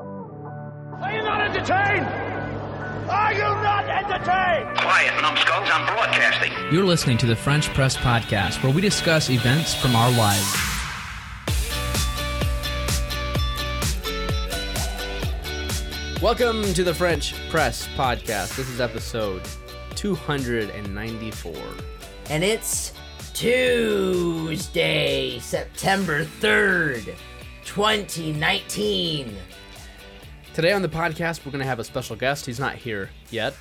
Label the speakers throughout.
Speaker 1: Are you not entertained? Are you not entertained?
Speaker 2: Quiet, numbskulls, I'm broadcasting.
Speaker 3: You're listening to the French Press Podcast, where we discuss events from our lives. Welcome to the French Press Podcast. This is episode 294.
Speaker 4: and it's Tuesday, September 3rd, 2019.
Speaker 3: Today on the podcast, we're going to have a special guest. He's not here yet,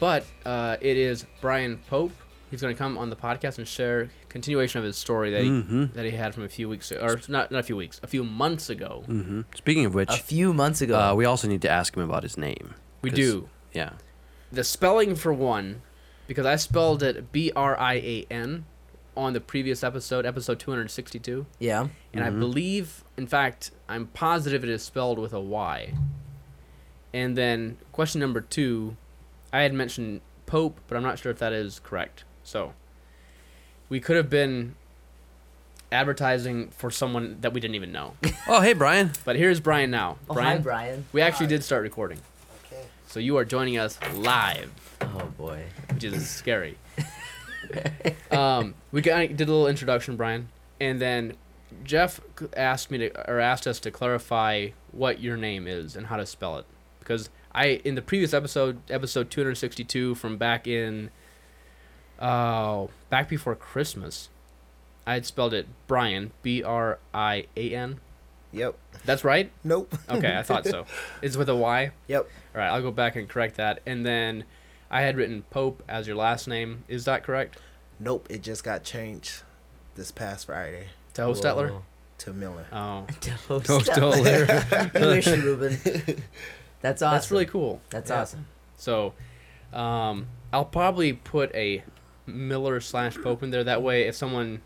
Speaker 3: but uh, it is Brian Pope. He's going to come on the podcast and share continuation of his story that he, that he had from a few weeks or not not a few weeks, a few months ago.
Speaker 5: Speaking of which,
Speaker 4: A few months ago.
Speaker 5: uh, we also need to ask him about his name.
Speaker 3: We
Speaker 5: 'Cause-
Speaker 3: do.
Speaker 5: Yeah.
Speaker 3: the spelling for one, because I spelled it B R I A N on the previous episode, episode 262,
Speaker 4: yeah.
Speaker 3: and I believe, in fact, I'm positive it is spelled with a Y. And then question number two, I had mentioned Pope, but I'm not sure if that is correct. So we could have been advertising for someone that we didn't even know.
Speaker 5: Oh, hey, Brian.
Speaker 3: but here's Brian now.
Speaker 4: Oh, hi, Brian.
Speaker 3: We actually did start recording. So you are joining us live
Speaker 4: Oh, boy.
Speaker 3: which is scary. um, we got, did a little introduction, Brian, and then Jeff c- asked me to or asked us to clarify what your name is and how to spell it because I in the previous episode, episode 262 from back in, oh, back before Christmas, I had spelled it Brian B R I A N.
Speaker 6: Yep.
Speaker 3: That's right.
Speaker 6: Nope.
Speaker 3: Okay, I thought so. It's with a Y.
Speaker 6: Yep.
Speaker 3: All right, I'll go back and correct that. And then I had written Pope as your last name. Is that correct?
Speaker 6: Nope. It just got changed this past Friday
Speaker 3: To Hostetler?
Speaker 6: to Miller.
Speaker 3: Oh.
Speaker 5: Hostetler.
Speaker 4: you wish, Ruben. That's awesome.
Speaker 3: That's really cool.
Speaker 4: That's
Speaker 3: Yeah.
Speaker 4: awesome.
Speaker 3: So um, I'll probably put a Miller slash Pope in there. That way, if someone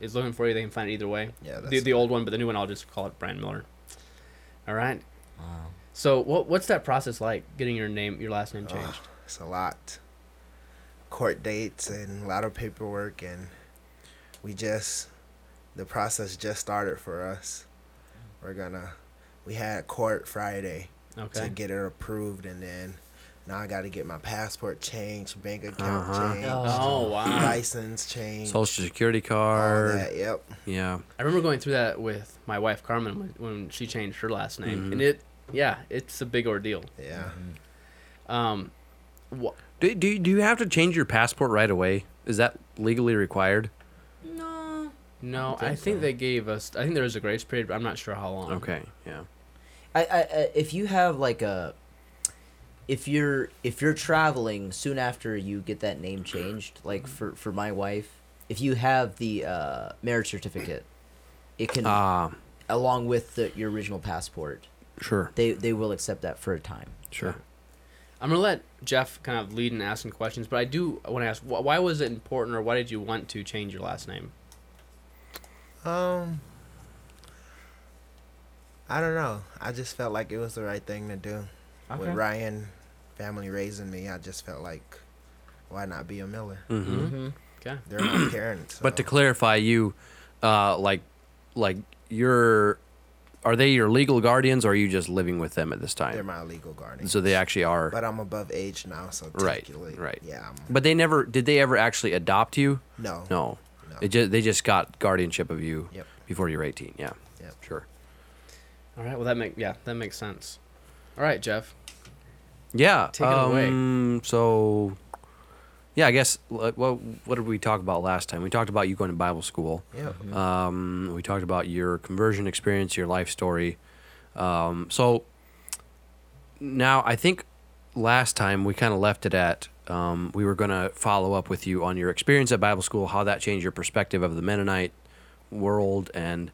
Speaker 3: is looking for you, they can find it either way.
Speaker 6: Yeah,
Speaker 3: the,
Speaker 6: that's-
Speaker 3: the old one, but the new one, I'll just call it Brian Miller. All right. Wow. So what what's that process like getting your name your last name changed?
Speaker 6: It's a lot. Court dates and a lot of paperwork, and we just the process just started for us. We're gonna we had court Friday
Speaker 3: okay.
Speaker 6: to get it approved, and then now I got to get my passport changed, bank account
Speaker 5: Uh-huh.
Speaker 6: changed,
Speaker 3: oh wow.
Speaker 6: license changed, all
Speaker 5: Social security card.
Speaker 6: that. Yep.
Speaker 5: Yeah.
Speaker 3: I remember going through that with my wife Carmen when, when she changed her last name, and it, yeah, it's a big ordeal.
Speaker 6: Yeah.
Speaker 3: Um, wha-
Speaker 5: Do, do, do you have to change your passport right away? Is that legally required?
Speaker 3: no, I think, they gave us. I think there was a grace period, but I'm not sure how long.
Speaker 5: Okay. Yeah.
Speaker 4: I, I, I, if you have, like, a. If you're if you're traveling soon after you get that name changed, like for, for my wife, if you have the uh, marriage certificate, it can
Speaker 5: Ah,
Speaker 4: along with the, your original passport.
Speaker 5: sure.
Speaker 4: They they will accept that for a time.
Speaker 5: Sure.
Speaker 3: I'm gonna let Jeff kind of lead and ask some questions, but I do want to ask, wh- why was it important, or why did you want to change your last name?
Speaker 6: Um, I don't know. I just felt like it was the right thing to do. With
Speaker 3: Okay.
Speaker 6: Ryan family raising me, I just felt like, why not be a Miller?
Speaker 3: Mm-hmm. Okay.
Speaker 6: They're my parents.
Speaker 5: Mm-hmm. But to
Speaker 6: so-
Speaker 5: clarify, you, uh, like, like your, are they your legal guardians or are you just living with them at this
Speaker 6: they're
Speaker 5: time?
Speaker 6: my legal guardians.
Speaker 5: so they actually are.
Speaker 6: but I'm above age now, so
Speaker 5: Right,
Speaker 6: technically,
Speaker 5: right.
Speaker 6: Yeah, I'm,
Speaker 5: But they never did they ever actually adopt you?
Speaker 6: No.
Speaker 5: No.
Speaker 6: No.
Speaker 5: It just, they just got guardianship of you
Speaker 6: Yep.
Speaker 5: before you're 18. Yeah.
Speaker 6: Yep.
Speaker 5: Sure.
Speaker 3: All right. Well, that make yeah, that makes sense. All right, Jeff.
Speaker 5: Yeah.
Speaker 3: Take it away.
Speaker 5: um, So, yeah, I guess what what did we talk about last time? We talked about you going to Bible school.
Speaker 6: Yep.
Speaker 5: Um, we talked about your conversion experience, your life story. Um, so now I think last time we kind of left it at um, we were going to follow up with you on your experience at Bible school, how that changed your perspective of the Mennonite world, and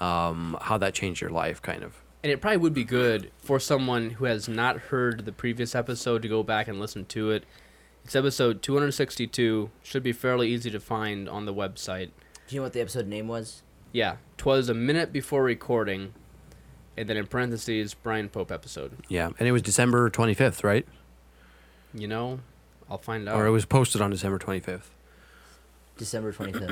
Speaker 5: um, how that changed your life, kind of.
Speaker 3: And it probably would be good for someone who has not heard the previous episode to go back and listen to it. It's episode 262. Should be fairly easy to find on the website.
Speaker 4: Do you know what the episode name was?
Speaker 3: Yeah, 'twas a minute before recording, and then in parentheses, Brian Pope episode.
Speaker 5: Yeah, and it was December 25th, right?
Speaker 3: You know, I'll find out.
Speaker 5: Or it was posted on December 25th.
Speaker 4: December twenty fifth.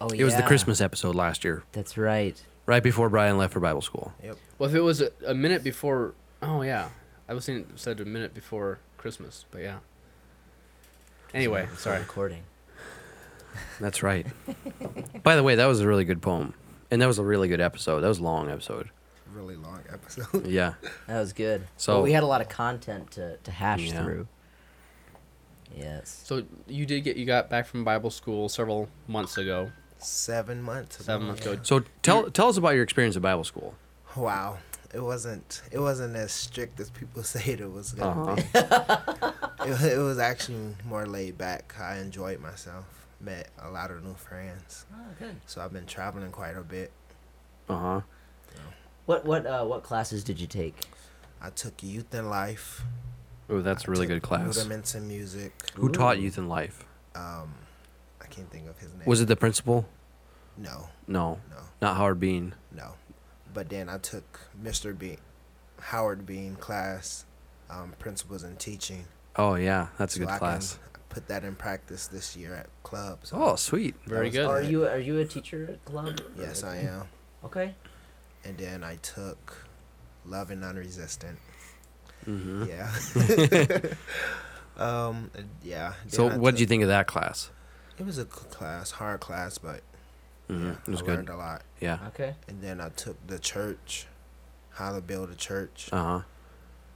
Speaker 4: Oh yeah.
Speaker 5: It was the Christmas episode last year,
Speaker 4: That's right.
Speaker 5: right before Brian left for Bible school.
Speaker 3: Well, if it was a, a minute before, oh yeah, I was saying it said a minute before Christmas, but yeah. Anyway,
Speaker 4: It's all
Speaker 3: sorry.
Speaker 4: Recording.
Speaker 5: That's right. By the way, that was a really good poem, and that was a really good episode. That was a long episode.
Speaker 6: Really long episode.
Speaker 5: Yeah.
Speaker 4: That was good.
Speaker 5: So-
Speaker 4: So we had a lot of content to, to hash
Speaker 5: Yeah.
Speaker 4: through. Yes.
Speaker 3: So you did get you got back from Bible school several months ago,
Speaker 6: Seven months.
Speaker 3: seven months ago.
Speaker 5: So tell tell us about your experience at Bible school.
Speaker 6: Wow. It wasn't. It wasn't as strict as people say it was gonna
Speaker 5: Uh-huh.
Speaker 6: be. It, wa- it was actually more laid back. I enjoyed myself. Met a lot of new friends. So I've been traveling quite a bit.
Speaker 5: Uh huh.
Speaker 4: What what uh, what classes did you take?
Speaker 6: I took youth and life.
Speaker 5: Oh, that's a really good class.
Speaker 6: Rudiments in music.
Speaker 5: Who taught youth in life?
Speaker 6: Um, I can't think of his name.
Speaker 5: Was it the principal?
Speaker 6: No,
Speaker 5: No,
Speaker 6: no,
Speaker 5: not Howard Bean.
Speaker 6: no. But then I took Mr. Bean, Howard Bean class, um, principles in teaching.
Speaker 5: Oh yeah, that's a
Speaker 6: So
Speaker 5: good
Speaker 6: I
Speaker 5: class.
Speaker 6: Can put that in practice this year at clubs.
Speaker 5: Oh sweet.
Speaker 3: Very
Speaker 6: was
Speaker 3: good.
Speaker 4: Are you are you a teacher at club?
Speaker 6: Yes, I am.
Speaker 4: Okay.
Speaker 6: And then I took Love and Non-Resistant.
Speaker 5: hmm
Speaker 6: Yeah. um. Yeah.
Speaker 5: Mm-hmm. So
Speaker 6: then I
Speaker 5: what did you
Speaker 6: took-
Speaker 5: think of that class?
Speaker 6: It was a c- class, hard class, but
Speaker 5: hmm
Speaker 6: yeah,
Speaker 5: it was
Speaker 6: I
Speaker 5: good.
Speaker 6: learned a lot.
Speaker 5: Yeah.
Speaker 4: Okay.
Speaker 6: And then I took the church, how to build a church.
Speaker 5: Uh huh.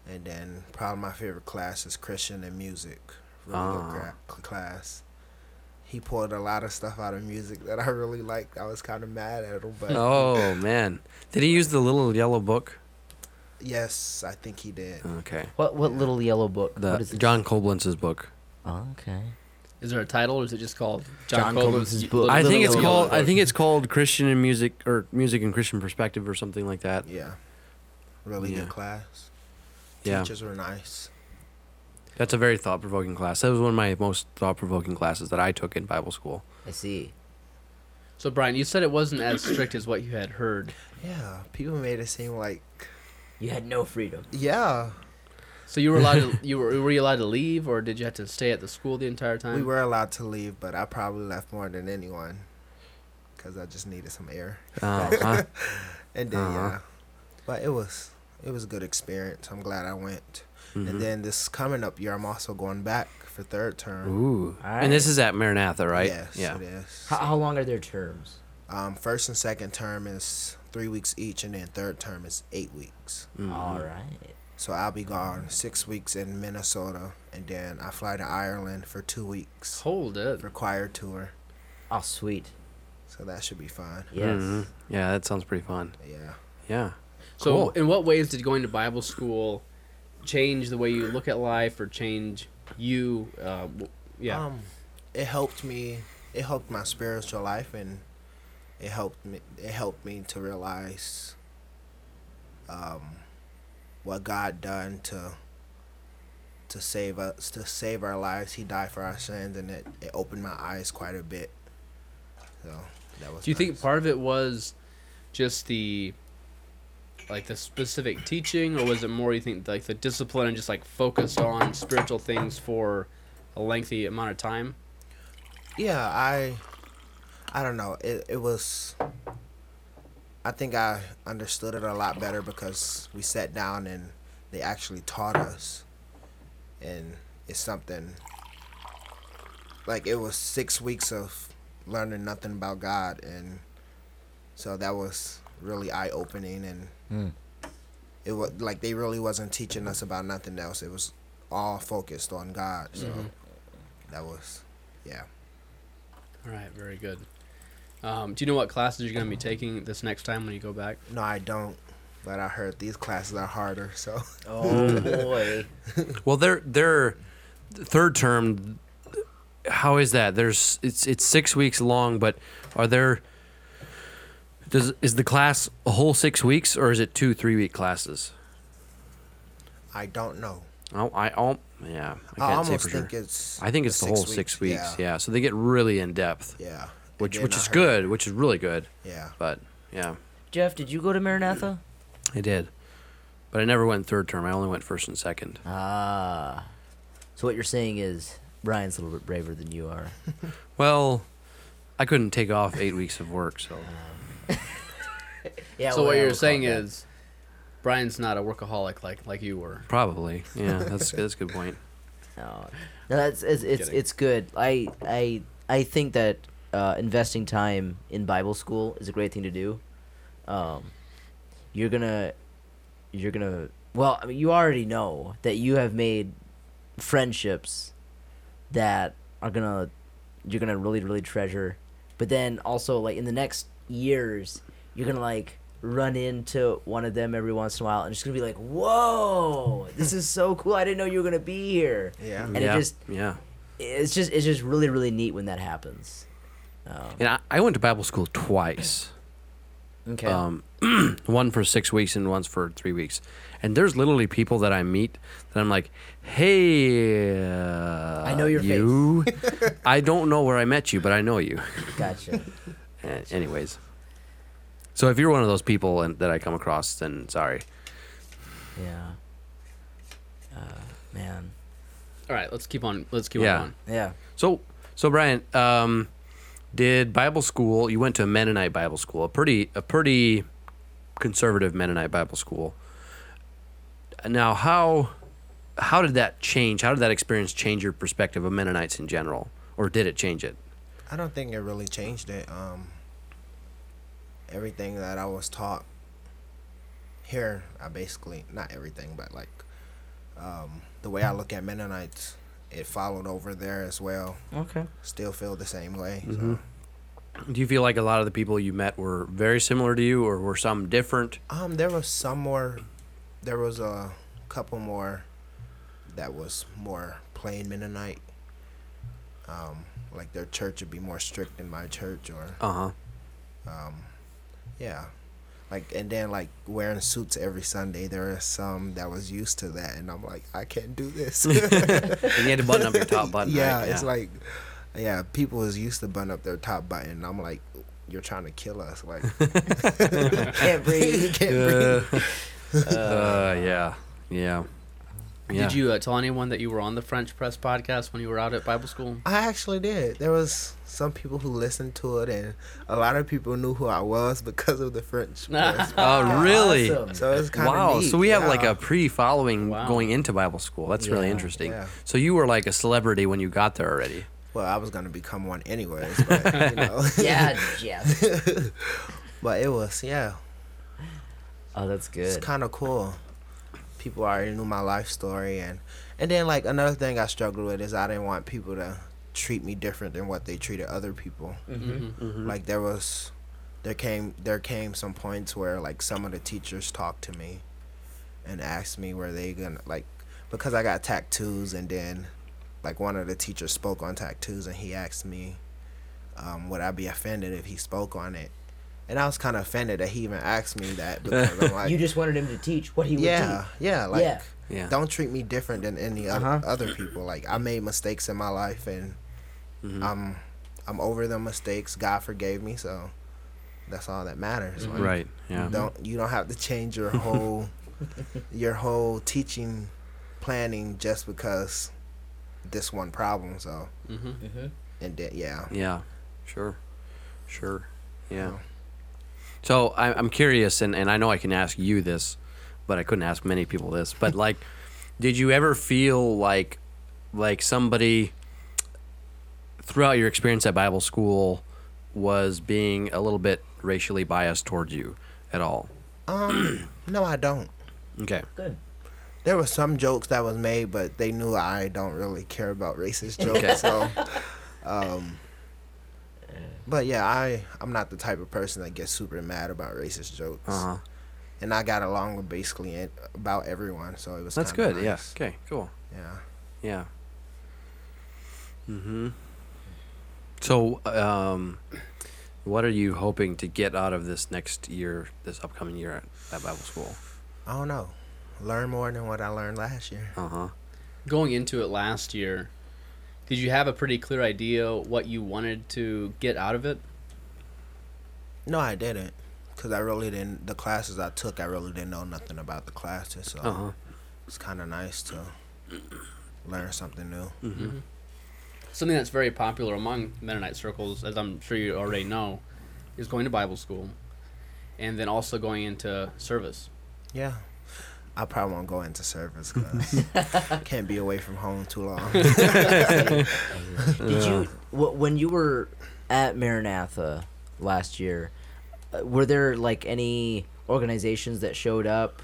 Speaker 6: And then probably my favorite class is Christian and music. Really
Speaker 5: Ah.
Speaker 6: good gra- cl- class. He pulled a lot of stuff out of music that I really liked. I was kind of mad at him, but
Speaker 5: Oh man, did he use the little yellow book?
Speaker 6: yes, I think he did.
Speaker 5: Okay.
Speaker 4: What what little yellow book?
Speaker 5: The
Speaker 4: what is it?
Speaker 5: John Koblentz's book.
Speaker 4: Oh, okay.
Speaker 3: Is there a title, or is it just called
Speaker 4: John Colvin's
Speaker 3: Y-
Speaker 4: book.
Speaker 5: I
Speaker 3: Little
Speaker 5: think it's
Speaker 3: Yellow
Speaker 5: called.
Speaker 3: Book?
Speaker 5: I think it's called Christian and music, or music and Christian perspective, or something like that.
Speaker 6: Yeah, really
Speaker 5: Yeah.
Speaker 6: good class.
Speaker 5: Yeah,
Speaker 6: Teachers were nice.
Speaker 5: that's a very thought-provoking class. That was one of my most thought-provoking classes that I took in Bible school.
Speaker 4: I see.
Speaker 3: So Brian, you said it wasn't as strict as what you had heard.
Speaker 6: Yeah, people made it seem like
Speaker 4: You had no freedom.
Speaker 6: yeah,
Speaker 3: So you were allowed to you were were you allowed to leave, or did you have to stay at the school the entire time?
Speaker 6: we were allowed to leave, but I probably left more than anyone because I just needed some air.
Speaker 5: Uh, huh?
Speaker 6: And then
Speaker 5: Uh-huh.
Speaker 6: yeah, but it was it was a good experience. I'm glad I went.
Speaker 5: Mhm.
Speaker 6: And then this coming up year, I'm also going back for third term.
Speaker 5: uh, Ooh,
Speaker 4: Alright.
Speaker 5: and this is at Maranatha, right?
Speaker 6: Yes,
Speaker 5: yeah.
Speaker 6: it is.
Speaker 4: How, how long are their terms?
Speaker 6: Um, first and second term is three weeks each, and then third term is eight weeks.
Speaker 5: Mm-hmm.
Speaker 4: All right.
Speaker 6: So I'll be gone six weeks in Minnesota, and then I fly to Ireland for two weeks
Speaker 3: Hold it.
Speaker 6: for choir tour.
Speaker 4: Oh, sweet.
Speaker 6: So that should be fun.
Speaker 4: Yes.
Speaker 5: Mhm. Yeah, that sounds pretty fun.
Speaker 6: Yeah.
Speaker 5: Yeah.
Speaker 3: So,
Speaker 5: Cool.
Speaker 3: in what ways did going to Bible school change the way you look at life, or change you? Uh, w- yeah,
Speaker 6: Um, it helped me. It helped my spiritual life, and it helped me. It helped me to realize, um, what God done to. To save us, to save our lives, He died for our sins, and it, it opened my eyes quite a bit. So that was.
Speaker 3: do you think
Speaker 6: nice.
Speaker 3: part of it was just the like the specific teaching, or was it more you think like the discipline and just like focused on spiritual things for a lengthy amount of time?
Speaker 6: yeah i i don't know it, it was i think i understood it a lot better because we sat down and they actually taught us and it's something like it was six weeks of learning nothing about god and so that was really eye-opening and it was like they really wasn't teaching us about nothing else it was all focused on god so that was yeah
Speaker 3: All right, very good. Um, do you know what classes you're going to be taking this next time when you go back?
Speaker 6: No, I don't. But I heard these classes are harder. So
Speaker 4: Oh boy.
Speaker 5: Well, they're they're third term. How is that? There's it's it's six weeks long, but are there? Does is the class a whole six weeks or is it two three week classes?
Speaker 6: I don't know.
Speaker 5: Oh, I oh yeah, I can't
Speaker 6: I,
Speaker 5: say
Speaker 6: almost
Speaker 5: for
Speaker 6: think
Speaker 5: sure.
Speaker 6: it's.
Speaker 5: I think it's the whole six weeks. Yeah. so they get really in depth,
Speaker 6: Yeah. And
Speaker 5: which
Speaker 6: then
Speaker 5: which
Speaker 6: I
Speaker 5: is
Speaker 6: heard-
Speaker 5: good, which is really good.
Speaker 6: Yeah.
Speaker 5: But yeah,
Speaker 4: Jeff, did you go to Maranatha?
Speaker 5: I did, but I never went third term. I only went first and second.
Speaker 4: Ah. So what you're saying is Brian's a little bit braver than you are.
Speaker 5: Well, I couldn't take off eight weeks of work, so
Speaker 4: Ah. Yeah.
Speaker 3: so
Speaker 4: well,
Speaker 3: what
Speaker 4: yeah,
Speaker 3: you're
Speaker 4: we'll call
Speaker 3: saying
Speaker 4: it that.
Speaker 3: is, Brian's not a workaholic like like you were.
Speaker 5: probably. Yeah, that's that's a good point.
Speaker 4: No, no that's it's it's,
Speaker 3: kidding.
Speaker 4: it's good. I I I think that uh, investing time in Bible school is a great thing to do. Um, you're gonna, you're gonna. Well, I mean, you already know that you have made friendships that are gonna you're gonna really really treasure. But then also like in the next years, you're gonna like run into one of them every once in a while and just gonna be like, "Whoa, this is so cool! I didn't know you were gonna be here."
Speaker 6: Yeah.
Speaker 4: and
Speaker 5: yeah,
Speaker 4: it just
Speaker 5: yeah.
Speaker 4: it's just it's just really really neat when that happens.
Speaker 5: And I, I went to Bible school twice.
Speaker 4: Okay.
Speaker 5: um, one for six weeks and once for three weeks. And there's literally people that I meet that I'm like, hey, uh,
Speaker 4: know your face."
Speaker 5: you. I don't know where I met you, but I know you.
Speaker 4: gotcha.
Speaker 5: Eh, Anyways, so if you're one of those people and that I come across, then sorry.
Speaker 4: yeah. Uh, man.
Speaker 3: All right, let's keep on. Let's keep on
Speaker 5: Yeah.
Speaker 3: on.
Speaker 4: Yeah.
Speaker 5: So, so Brian, um, did Bible school? You went to a Mennonite Bible school, a pretty, a pretty conservative Mennonite Bible school. Now, how how did that change? How did that experience change your perspective of Mennonites in general, or did it change it?
Speaker 6: I don't think it really changed it. Um, everything that I was taught here, I basically not everything, but like um, the way I look at Mennonites, it followed over there as well.
Speaker 4: Okay.
Speaker 6: Still feel the same way. So.
Speaker 5: Mm-hmm. Do you feel like a lot of the people you met were very similar to you, or were some different?
Speaker 6: Um, there was some more. There was a couple more that was more plain Mennonite. Um, like their church would be more strict than my church, or
Speaker 5: Uh huh.
Speaker 6: yeah, like and then like wearing suits every Sunday. There are some that was used to that, and I'm like, I can't do this.
Speaker 5: And you had to button up your top button.
Speaker 6: yeah,
Speaker 5: right?
Speaker 6: it's like, yeah, people is used to button up their top button. and I'm like, you're trying to kill us, like
Speaker 4: Can't breathe.
Speaker 6: you can't breathe.
Speaker 5: Uh, uh, yeah, yeah, yeah.
Speaker 3: Did you uh, tell anyone that you were on the French Press podcast when you were out at Bible school?
Speaker 6: I actually did. There was some people who listened to it, and a lot of people knew who I was because of the French. press.
Speaker 5: Oh, really?
Speaker 4: Awesome.
Speaker 6: so it's kind of
Speaker 5: Wow. So we have like a pre-following
Speaker 3: Wow.
Speaker 5: going into Bible school. That's really
Speaker 4: Yeah,
Speaker 5: interesting.
Speaker 6: yeah.
Speaker 5: So you were like a celebrity when you got there already.
Speaker 6: Well, I was gonna become one anyways, but you know.
Speaker 4: Yeah, Jeff.
Speaker 6: but it was yeah,
Speaker 4: Oh, that's
Speaker 6: it's
Speaker 4: good.
Speaker 6: kind of cool. People already knew my life story, and and then like another thing I struggled with is I didn't want people to treat me different than what they treated other people. Like there was, there came there came some points where like some of the teachers talked to me, and asked me were they gonna like because I got tattoos and then like one of the teachers spoke on tattoos and he asked me, um, would I be offended if he spoke on it, and I was kind of offended that he even asked me that because I'm like
Speaker 4: You just wanted him to teach what he would
Speaker 6: yeah yeah like
Speaker 4: Yeah.
Speaker 5: Yeah. Uh-huh.
Speaker 6: don't treat me different than any other other people. Like I made mistakes in my life, and I'm I'm over the mistakes. God forgave me, so that's all that matters. Like,
Speaker 5: Right. Yeah.
Speaker 6: Don't you don't have to change your whole your whole teaching planning just because this one problem. So
Speaker 5: Mm-hmm.
Speaker 6: and then, yeah,
Speaker 5: Yeah. Sure. Sure. Yeah. So I, I'm curious, and, and I know I can ask you this, but I couldn't ask many people this. But like, did you ever feel like like somebody throughout your experience at Bible school was being a little bit racially biased towards you at all?
Speaker 6: no, I don't.
Speaker 5: Okay.
Speaker 4: do. Good.
Speaker 6: There were some jokes that was made, but they knew I don't really care about racist jokes.
Speaker 5: Okay.
Speaker 6: So, um, but yeah, I I'm not the type of person that gets super mad about racist jokes,
Speaker 5: Uh huh.
Speaker 6: and I got along with basically it, about everyone. So it was
Speaker 5: That's
Speaker 6: kinda
Speaker 5: good.
Speaker 6: nice.
Speaker 5: Yeah. Okay. Cool.
Speaker 6: yeah.
Speaker 5: Yeah. Mhm. Mm-hmm. So, um, what are you hoping to get out of this next year, this upcoming year at, at Bible school?
Speaker 6: I don't know. Learn more than what I learned last year.
Speaker 5: Uh huh.
Speaker 3: Going into it last year, did you have a pretty clear idea what you wanted to get out of it?
Speaker 6: No, I didn't, cause I really didn't. The classes I took, I really didn't know nothing about the classes. So
Speaker 5: Uh huh.
Speaker 6: it's kind of nice to learn something new.
Speaker 3: something that's very popular among Mennonite circles, as I'm sure you already know, is going to Bible school, and then also going into service.
Speaker 6: Yeah. I probably won't go into service because can't be away from home too long.
Speaker 4: Did you wh- when you were at Maranatha last year? uh, Were there like any organizations that showed up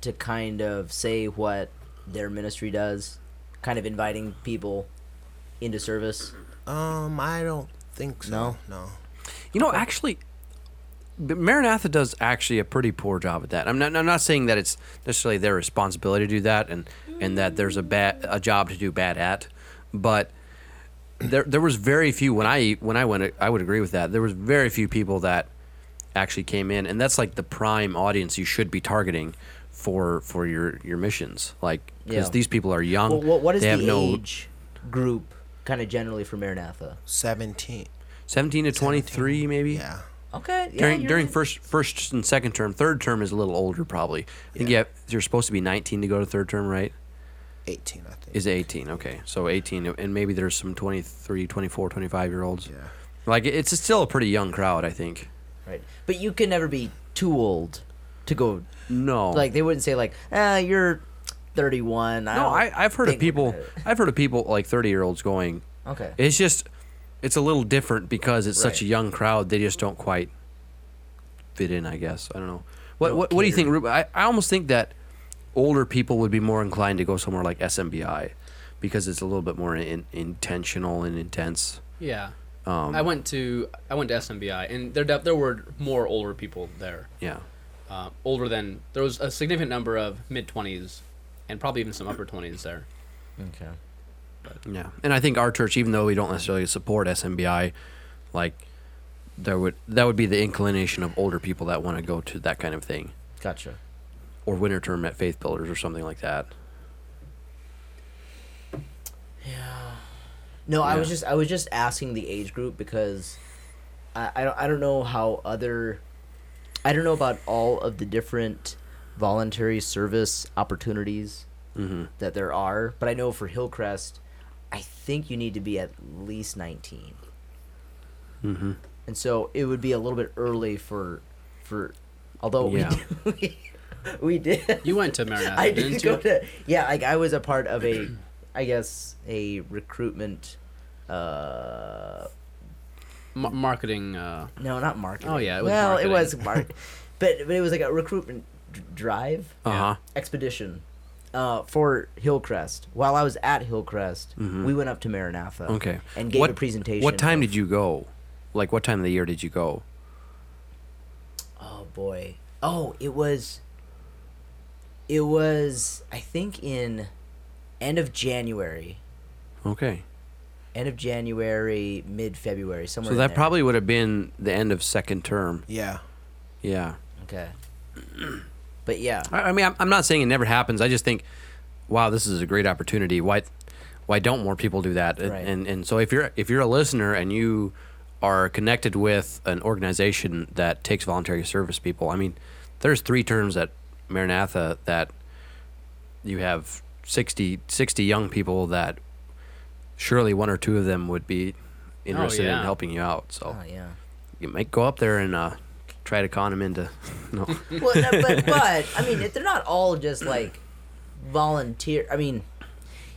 Speaker 4: to kind of say what their ministry does, kind of inviting people into service?
Speaker 6: um, I don't think so. No.
Speaker 5: You know, actually, but Maranatha does actually a pretty poor job at that. I'm not, I'm not saying that it's necessarily their responsibility to do that, and and that there's a bad a job to do bad at, but there there was very few when I when I went I would agree with that. There was very few people that actually came in, and that's like the prime audience you should be targeting for for your your missions, like because
Speaker 4: Yeah.
Speaker 5: these people are young.
Speaker 4: Well, what, what is
Speaker 5: they have
Speaker 4: the
Speaker 5: no
Speaker 4: age group kind of generally for Maranatha?
Speaker 6: 17.
Speaker 5: 17 to 23 maybe.
Speaker 6: Yeah.
Speaker 4: Okay, yeah,
Speaker 5: during
Speaker 4: you're
Speaker 5: during
Speaker 4: right.
Speaker 5: first first and second term. Third term is a little older probably. I think yeah, you're supposed to be 19 to go to third term, right?
Speaker 6: 18, I think.
Speaker 5: Is 18. Okay. So 18 and maybe there's some 23, 24, 25 year olds.
Speaker 6: Yeah.
Speaker 5: Like it's still a pretty young crowd, I think.
Speaker 4: right, but you can never be too old to go
Speaker 5: No.
Speaker 4: like they wouldn't say like ah you're 31 I
Speaker 5: no,
Speaker 4: don't
Speaker 5: I I've heard of
Speaker 4: think we're
Speaker 5: people
Speaker 4: gonna-
Speaker 5: I've heard of people like 30 year olds going.
Speaker 4: okay
Speaker 5: It's just it's a little different because it's such a
Speaker 4: Right.
Speaker 5: young crowd. They just don't quite fit in, I guess. I don't know. What what, what do you think, Ruben? I, I almost think that older people would be more inclined to go somewhere like SMBI because it's a little bit more in, intentional and intense.
Speaker 3: Yeah. I went to I went to SMBI, and there def- there were more older people there,
Speaker 5: Yeah.
Speaker 3: uh, older than there was a significant number of mid twenties, and probably even some upper twenties there.
Speaker 4: okay
Speaker 5: Yeah, and I think our church, even though we don't necessarily support SMBI, like there would that would be the inclination of older people that want to go to that kind of thing,
Speaker 4: gotcha
Speaker 5: or winter term at Faith Builders or something like that.
Speaker 4: no I was
Speaker 5: Yeah.
Speaker 4: just I was just asking the age group because I, I don't I don't know how other I don't know about all of the different voluntary service opportunities
Speaker 5: Mm-hmm.
Speaker 4: that there are but I know for Hillcrest I think you need to be at least 19 mm-hmm.
Speaker 5: Mm-hmm.
Speaker 4: and so it would be a little bit early for for although
Speaker 5: Yeah.
Speaker 4: we, do, we did
Speaker 3: You went to Maranatha,
Speaker 4: I
Speaker 3: didn't
Speaker 4: did
Speaker 3: you?
Speaker 4: go to yeah, like I was a part of a, I guess a recruitment, uh,
Speaker 3: M- marketing. Uh,
Speaker 4: no, not marketing.
Speaker 3: Oh, yeah, it was
Speaker 4: well, it was
Speaker 3: marketing.
Speaker 4: mark, but but it was like a recruitment dr- drive
Speaker 5: Uh huh.
Speaker 4: expedition, uh, for Hillcrest. While I was at Hillcrest, we went up to Maranatha.
Speaker 5: Okay.
Speaker 4: and gave
Speaker 5: what,
Speaker 4: a presentation.
Speaker 5: What time did you go? Like what time of the year did you go?
Speaker 4: Oh boy. Oh, it was. It was I think in, end of January.
Speaker 5: Okay.
Speaker 4: end of January, mid February, somewhere.
Speaker 5: So
Speaker 4: in
Speaker 5: that
Speaker 4: there.
Speaker 5: probably would have been the end of second term.
Speaker 6: Yeah.
Speaker 5: Yeah.
Speaker 4: okay. But yeah,
Speaker 5: I, I mean, I'm, I'm not saying it never happens. I just think, wow, this is a great opportunity. Why, why don't more people do that? And,
Speaker 4: Right.
Speaker 5: and and so if you're if you're a listener and you are connected with an organization that takes voluntary service people, I mean, there's three terms at Maranatha that you have 60, 60 young people that surely one or two of them would be interested
Speaker 3: yeah.
Speaker 5: in helping you out. So
Speaker 4: oh yeah.
Speaker 5: you might go up there and uh, try to con them into. no.
Speaker 4: Well, no, but but I mean, if they're not all just like volunteer. I mean,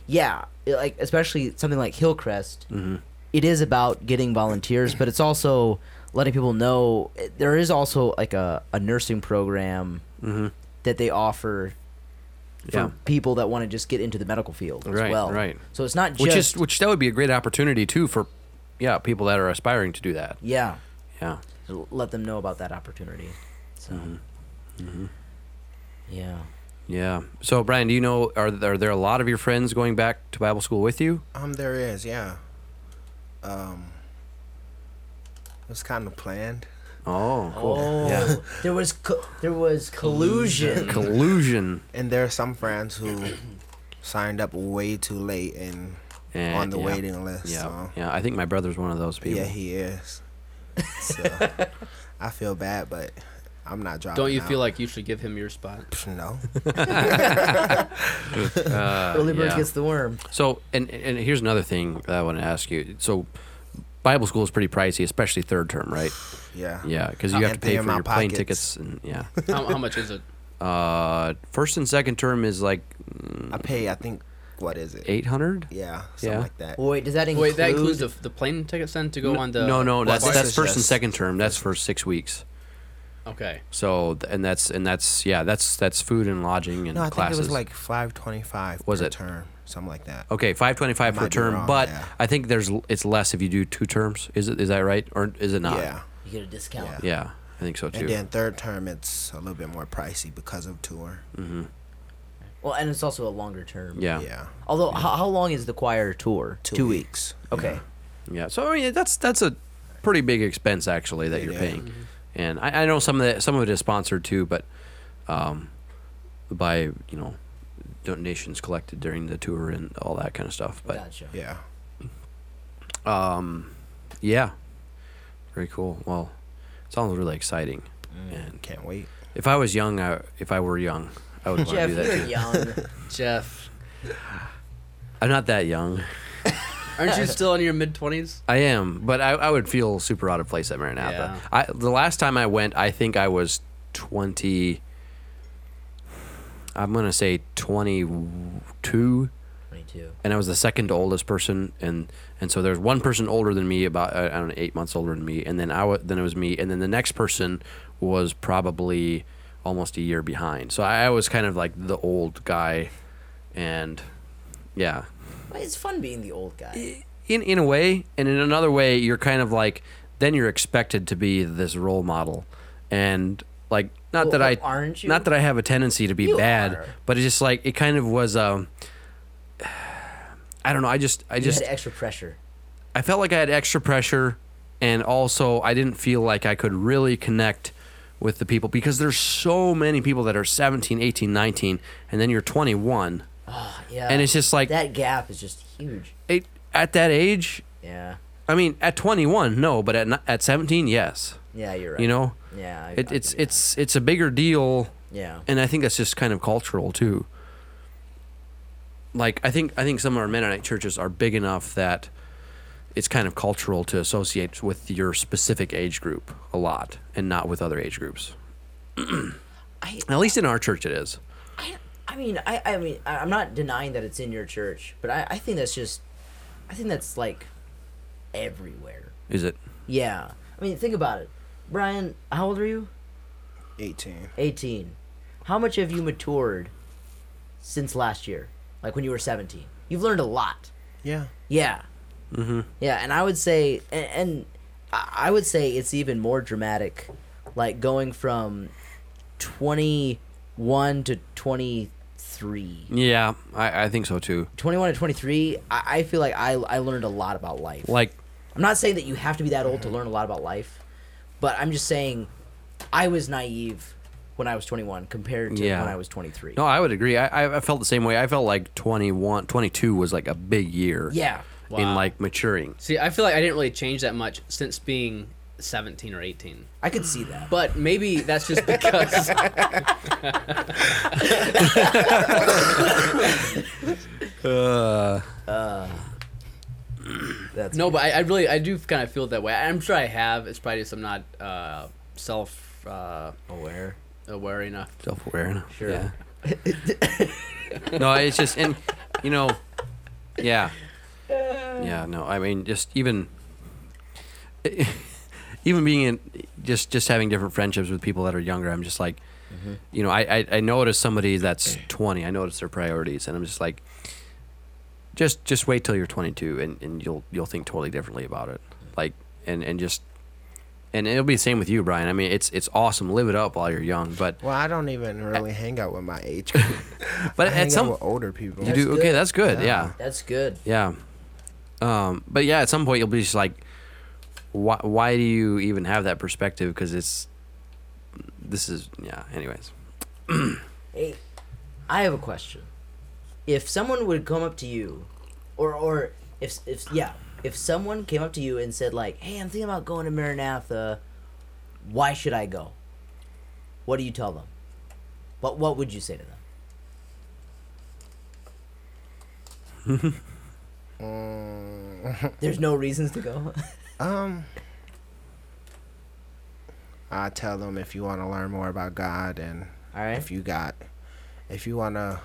Speaker 4: yeah, it- like especially something like Hillcrest.
Speaker 5: Mm-hmm.
Speaker 4: it is about getting volunteers, but it's also letting people know it- there is also like a, a nursing program that they offer for
Speaker 5: Mm-hmm. Yeah.
Speaker 4: people that want to just get into the medical field as
Speaker 5: Right,
Speaker 4: well.
Speaker 5: right.
Speaker 4: So it's not just
Speaker 5: which is which that would be a great opportunity too for yeah people that are aspiring to do that
Speaker 4: yeah.
Speaker 5: yeah
Speaker 4: to let them know about that opportunity. So,
Speaker 5: Mm-hmm.
Speaker 4: yeah,
Speaker 5: yeah so brian do you know are, are there a lot of your friends going back to bible school with you
Speaker 6: Um, there is, yeah. Um, it was kind of planned.
Speaker 5: oh cool
Speaker 6: Yeah.
Speaker 4: there was co- there was collusion.
Speaker 5: Mm. collusion
Speaker 6: And there are some friends who signed up way too late and
Speaker 5: Eh,
Speaker 6: on the
Speaker 5: yeah.
Speaker 6: waiting list.
Speaker 5: yeah
Speaker 6: So.
Speaker 5: yeah i think my brother's one of those people
Speaker 6: Yeah, he is. So I feel bad, but I'm not dropping.
Speaker 3: Don't you
Speaker 6: out.
Speaker 3: feel like you should give him your spot?
Speaker 6: no?
Speaker 5: Uh,
Speaker 4: Early bird
Speaker 5: yeah.
Speaker 4: gets the worm.
Speaker 5: So, and and here's another thing that I want to ask you. So, Bible school is pretty pricey, especially third term, right?
Speaker 6: Yeah.
Speaker 5: Yeah, because you
Speaker 6: And
Speaker 5: have to
Speaker 6: pay
Speaker 5: pay
Speaker 6: them
Speaker 5: for
Speaker 6: out
Speaker 5: your plane
Speaker 6: pockets.
Speaker 5: tickets, and yeah.
Speaker 3: How, how much is it?
Speaker 5: Uh, first and second term is like
Speaker 6: I pay. I think. What is it?
Speaker 5: eight hundred.
Speaker 6: Yeah. Something
Speaker 5: Yeah.
Speaker 6: like that.
Speaker 4: Well, wait, does that include?
Speaker 3: Wait, that includes the, the plane tickets then to go on the.
Speaker 5: no, no, that's
Speaker 6: bus
Speaker 5: that's
Speaker 6: is
Speaker 5: first and
Speaker 6: just-
Speaker 5: second term. That's for six weeks.
Speaker 3: Okay.
Speaker 5: So, th- and that's and that's yeah, that's that's food and lodging and
Speaker 6: No, I
Speaker 5: classes.
Speaker 6: think it was like five twenty-five.
Speaker 5: Was
Speaker 6: per
Speaker 5: it? Oh,
Speaker 6: term? Something like that.
Speaker 5: okay, five twenty five per
Speaker 6: might be
Speaker 5: term,
Speaker 6: wrong,
Speaker 5: but
Speaker 6: yeah.
Speaker 5: I think there's l- it's less if you do two terms. Is it is that right or is it not?
Speaker 6: Yeah.
Speaker 4: You get a discount.
Speaker 6: Yeah.
Speaker 5: yeah, I think so too.
Speaker 6: And then third term, it's a little bit more pricey because of tour.
Speaker 5: Mm.
Speaker 4: Well, and it's also a longer term.
Speaker 5: yeah, yeah,
Speaker 6: Yeah.
Speaker 4: Although, how, how long is the choir tour?
Speaker 6: Two, weeks.
Speaker 4: Okay.
Speaker 5: So I mean, that's that's a pretty big expense actually that you're
Speaker 6: Yeah.
Speaker 5: paying, and I, I know some of the, some of it is sponsored too, but um, by you know donations collected during the tour and all that kind of stuff. But
Speaker 4: Gotcha.
Speaker 6: Yeah.
Speaker 5: yeah, very cool. Well, it sounds really exciting, and
Speaker 6: Can't wait.
Speaker 5: If I was young, I, if I were young, I would want to
Speaker 4: Jeff,
Speaker 5: do that
Speaker 4: you're
Speaker 5: too.
Speaker 4: young.
Speaker 3: Jeff,
Speaker 5: I'm not that young.
Speaker 3: aren't you still in your mid 20s?
Speaker 5: I am, but I, I would feel super out of place at Maranatha.
Speaker 3: Yeah.
Speaker 5: I, the last time I went, I think I was 20. I'm going to say 22.
Speaker 4: 22.
Speaker 5: And I was the second oldest person, and and so there's one person older than me, about uh, I don't know, eight months older than me, and then I wa then it was me, and then the next person was probably almost a year behind. So I was kind of like the old guy, and yeah,
Speaker 4: Well, it's fun being the old guy.
Speaker 5: in in a way, and in another way, you're kind of like then you're expected to be this role model, and like not
Speaker 4: Well,
Speaker 5: that I
Speaker 4: well, aren't you?
Speaker 5: not that I have a tendency to be
Speaker 4: You
Speaker 5: bad,
Speaker 4: are.
Speaker 5: but it's just like it kind of was um. I don't know. I just, I
Speaker 4: Just
Speaker 5: just,
Speaker 4: had extra pressure.
Speaker 5: I felt like I had extra pressure, and also I didn't feel like I could really connect with the people because there's so many people that are 17, 18, 19, and then you're 21,
Speaker 4: Yeah.
Speaker 5: Ah, and it's just like
Speaker 4: that gap is just huge.
Speaker 5: it, at that age,
Speaker 4: Yeah.
Speaker 5: I mean, at 21, no, but at ni- at 17, yes.
Speaker 4: Yeah, you're right.
Speaker 5: You know,
Speaker 4: Yeah. I- I
Speaker 5: it, it's
Speaker 4: get it.
Speaker 5: it's it's a bigger deal,
Speaker 4: Yeah.
Speaker 5: and I think that's just kind of cultural too. Like I think I think some of our Mennonite churches are big enough that it's kind of cultural to associate with your specific age group a lot, and not with other age groups.
Speaker 4: I-
Speaker 5: At least in our church, it is.
Speaker 4: I, I mean, I, I mean, I- I'm not denying that it's in your church, but I, I think that's just, I think that's like, everywhere.
Speaker 5: Is it?
Speaker 4: Yeah. I mean, think about it, Brian. How old are you?
Speaker 6: 18.
Speaker 4: 18. How much have you matured since last year? Like when you were 17? You've learned a lot.
Speaker 6: Yeah.
Speaker 4: Yeah. Mm-hmm. Yeah, and I would say, and, and I I would say it's even more dramatic, like going from 21 to 23.
Speaker 5: Yeah, I, I think so too.
Speaker 4: 21 to 23, I, I feel like I, I learned a lot about life.
Speaker 5: Like
Speaker 4: I'm not saying that you have to be that old to
Speaker 5: Mm-hmm.
Speaker 4: learn a lot about life, but I'm just saying I was naive when I was 21 compared to
Speaker 5: Yeah.
Speaker 4: when I was 23.
Speaker 5: No, I would agree. I, I- I felt the same way. I felt like 21, 22 was like a big year.
Speaker 4: Yeah.
Speaker 5: In
Speaker 3: Wow.
Speaker 5: like maturing.
Speaker 3: See, I feel like I didn't really change that much since being 17 or 18.
Speaker 4: I could see that.
Speaker 3: But maybe that's just because.
Speaker 4: That's
Speaker 3: no, but I, I really, I do kind of feel that way. I'm sure I have. It's probably just I'm not uh, self uh,
Speaker 4: aware.
Speaker 3: aware enough.
Speaker 5: Self aware. Sure. no, it's just, and, you know, yeah. Yeah, no, I mean, just even. Even being in, just just having different friendships with people that are younger, I'm just like, you know, I, I I notice somebody that's 20, I notice their priorities, and I'm just like, just just wait till you're 22, and, and you'll you'll think totally differently about it, like, and and just, and it'll be the same with you, Brian. I mean, it's it's awesome, live it up while you're young, but
Speaker 6: Well, I don't even really hang out with my age group.
Speaker 5: But
Speaker 6: I hang
Speaker 5: at some
Speaker 6: out with older people.
Speaker 5: you do
Speaker 4: good.
Speaker 5: okay. That's good. Yeah.
Speaker 4: That's good.
Speaker 5: yeah, Um, but yeah, at some point you'll be just like, why? Why do you even have that perspective? Because it's this is yeah. Anyways,
Speaker 4: Hey, I have a question. If someone would come up to you, or or if if yeah, if someone came up to you and said like, "Hey, I'm thinking about going to Maranatha. Why should I go?" what do you tell them? What What would you say to them?
Speaker 6: Mm,
Speaker 4: There's no reasons to go.
Speaker 6: um, I tell them if you want to learn more about God and
Speaker 4: All right.
Speaker 6: if you got if you want to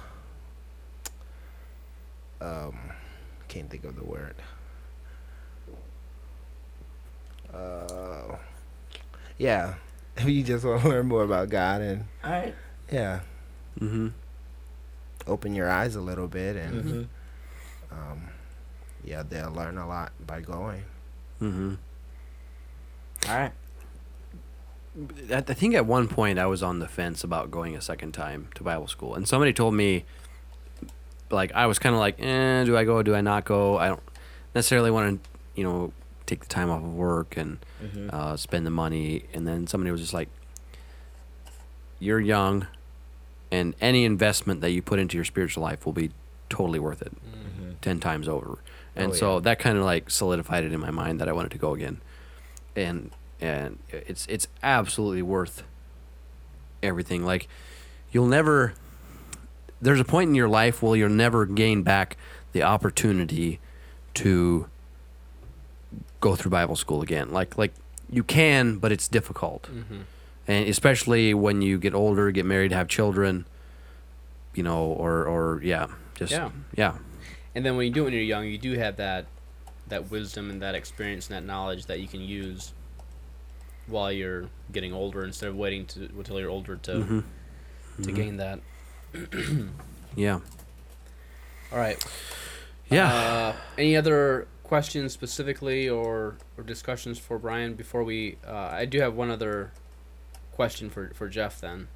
Speaker 6: um can't think of the word uh yeah if you just want to learn more about god and
Speaker 4: All right.
Speaker 6: yeah
Speaker 5: Mm-hmm.
Speaker 6: open your eyes a little bit and um yeah they'll learn a lot by going
Speaker 5: Mm-hmm.
Speaker 4: All right.
Speaker 5: I I think at one point I was on the fence about going a second time to Bible school, and somebody told me, like, I was kind of like, eh, do I go? Do I not go? I don't necessarily want to, you know, take the time off of work and uh, spend the money. And then somebody was just like, you're young, and any investment that you put into your spiritual life will be totally worth it, ten times over. And
Speaker 4: Oh,
Speaker 5: so
Speaker 4: yeah.
Speaker 5: that kind of like solidified it in my mind that I wanted to go again and and it's it's absolutely worth everything like you'll never there's a point in your life where you'll never gain back the opportunity to go through bible school again like like you can but it's difficult
Speaker 4: Mm-hmm.
Speaker 5: and especially when you get older get married have children you know or or yeah just
Speaker 3: Yeah.
Speaker 5: yeah,
Speaker 3: And then when you do it when you're young, you do have that that wisdom and that experience and that knowledge that you can use while you're getting older instead of waiting to until you're older to to gain that.
Speaker 5: yeah
Speaker 3: All right.
Speaker 5: yeah
Speaker 3: Uh, any other questions specifically or, or discussions for Brian before we? Uh, I do have one other question for, for Jeff then.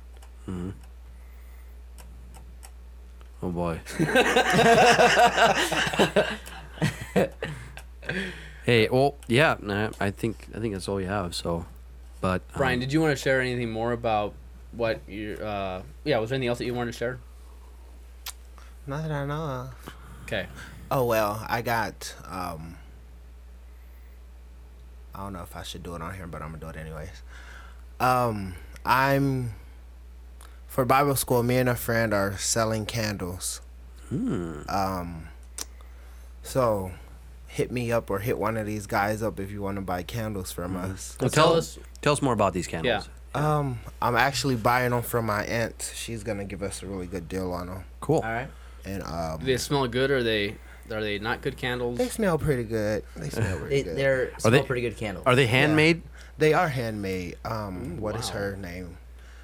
Speaker 5: oh boy hey well yeah nah, i think i think that's all you have so but um,
Speaker 3: Brian, did you want to share anything more about what you? Uh, yeah, was there anything else that you wanted to share?
Speaker 6: not that i know of
Speaker 3: Okay.
Speaker 6: Oh well, I got um I don't know if I should do it on here, but I'm gonna do it anyways. Um I'm for Bible school, me and a friend are selling candles. Um so hit me up or hit one of these guys up if you wanna buy candles from us.
Speaker 5: well,
Speaker 3: tell
Speaker 5: tell
Speaker 3: us-
Speaker 5: us tell us more about these candles
Speaker 6: Um I'm actually buying them from my aunt. She's gonna give us a really good deal on them.
Speaker 5: cool
Speaker 4: All right.
Speaker 6: And um
Speaker 3: Do they smell good or are they are they not good candles?
Speaker 6: they smell pretty good. They smell
Speaker 4: They,
Speaker 6: pretty good.
Speaker 4: they're smell
Speaker 5: they-
Speaker 4: pretty good candles.
Speaker 5: are they handmade
Speaker 6: They are handmade. Um,
Speaker 3: Ooh,
Speaker 6: what is
Speaker 3: wow.
Speaker 6: her name?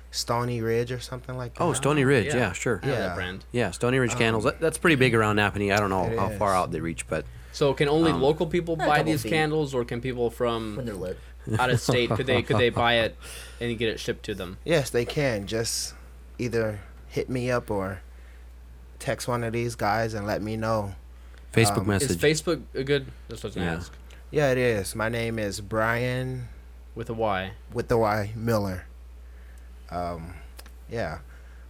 Speaker 6: Stony Ridge or something like that.
Speaker 5: oh stony ridge
Speaker 3: yeah.
Speaker 5: yeah, sure
Speaker 3: I know
Speaker 5: yeah.
Speaker 3: that
Speaker 6: Yeah.
Speaker 3: brand.
Speaker 5: stony ridge candles that, that's pretty big around napanee i don't know
Speaker 6: It
Speaker 5: how far
Speaker 6: is.
Speaker 5: out they reach but
Speaker 3: So can only
Speaker 5: Um,
Speaker 3: local people
Speaker 4: a
Speaker 3: buy
Speaker 4: couple
Speaker 3: these
Speaker 4: feet.
Speaker 3: candles, or can people
Speaker 4: when
Speaker 3: from
Speaker 4: they're lit.
Speaker 3: out of state could they could they buy it and get it shipped to them?
Speaker 6: Yes, they can. Just either hit me up or text one of these guys and let me know.
Speaker 5: facebook
Speaker 6: Um,
Speaker 5: message
Speaker 3: Is Facebook a good? That's what I was gonna
Speaker 5: Yeah.
Speaker 3: ask.
Speaker 6: Yeah, it is. My name is Brian
Speaker 3: With a Y.
Speaker 6: with the Y Miller. Um, yeah,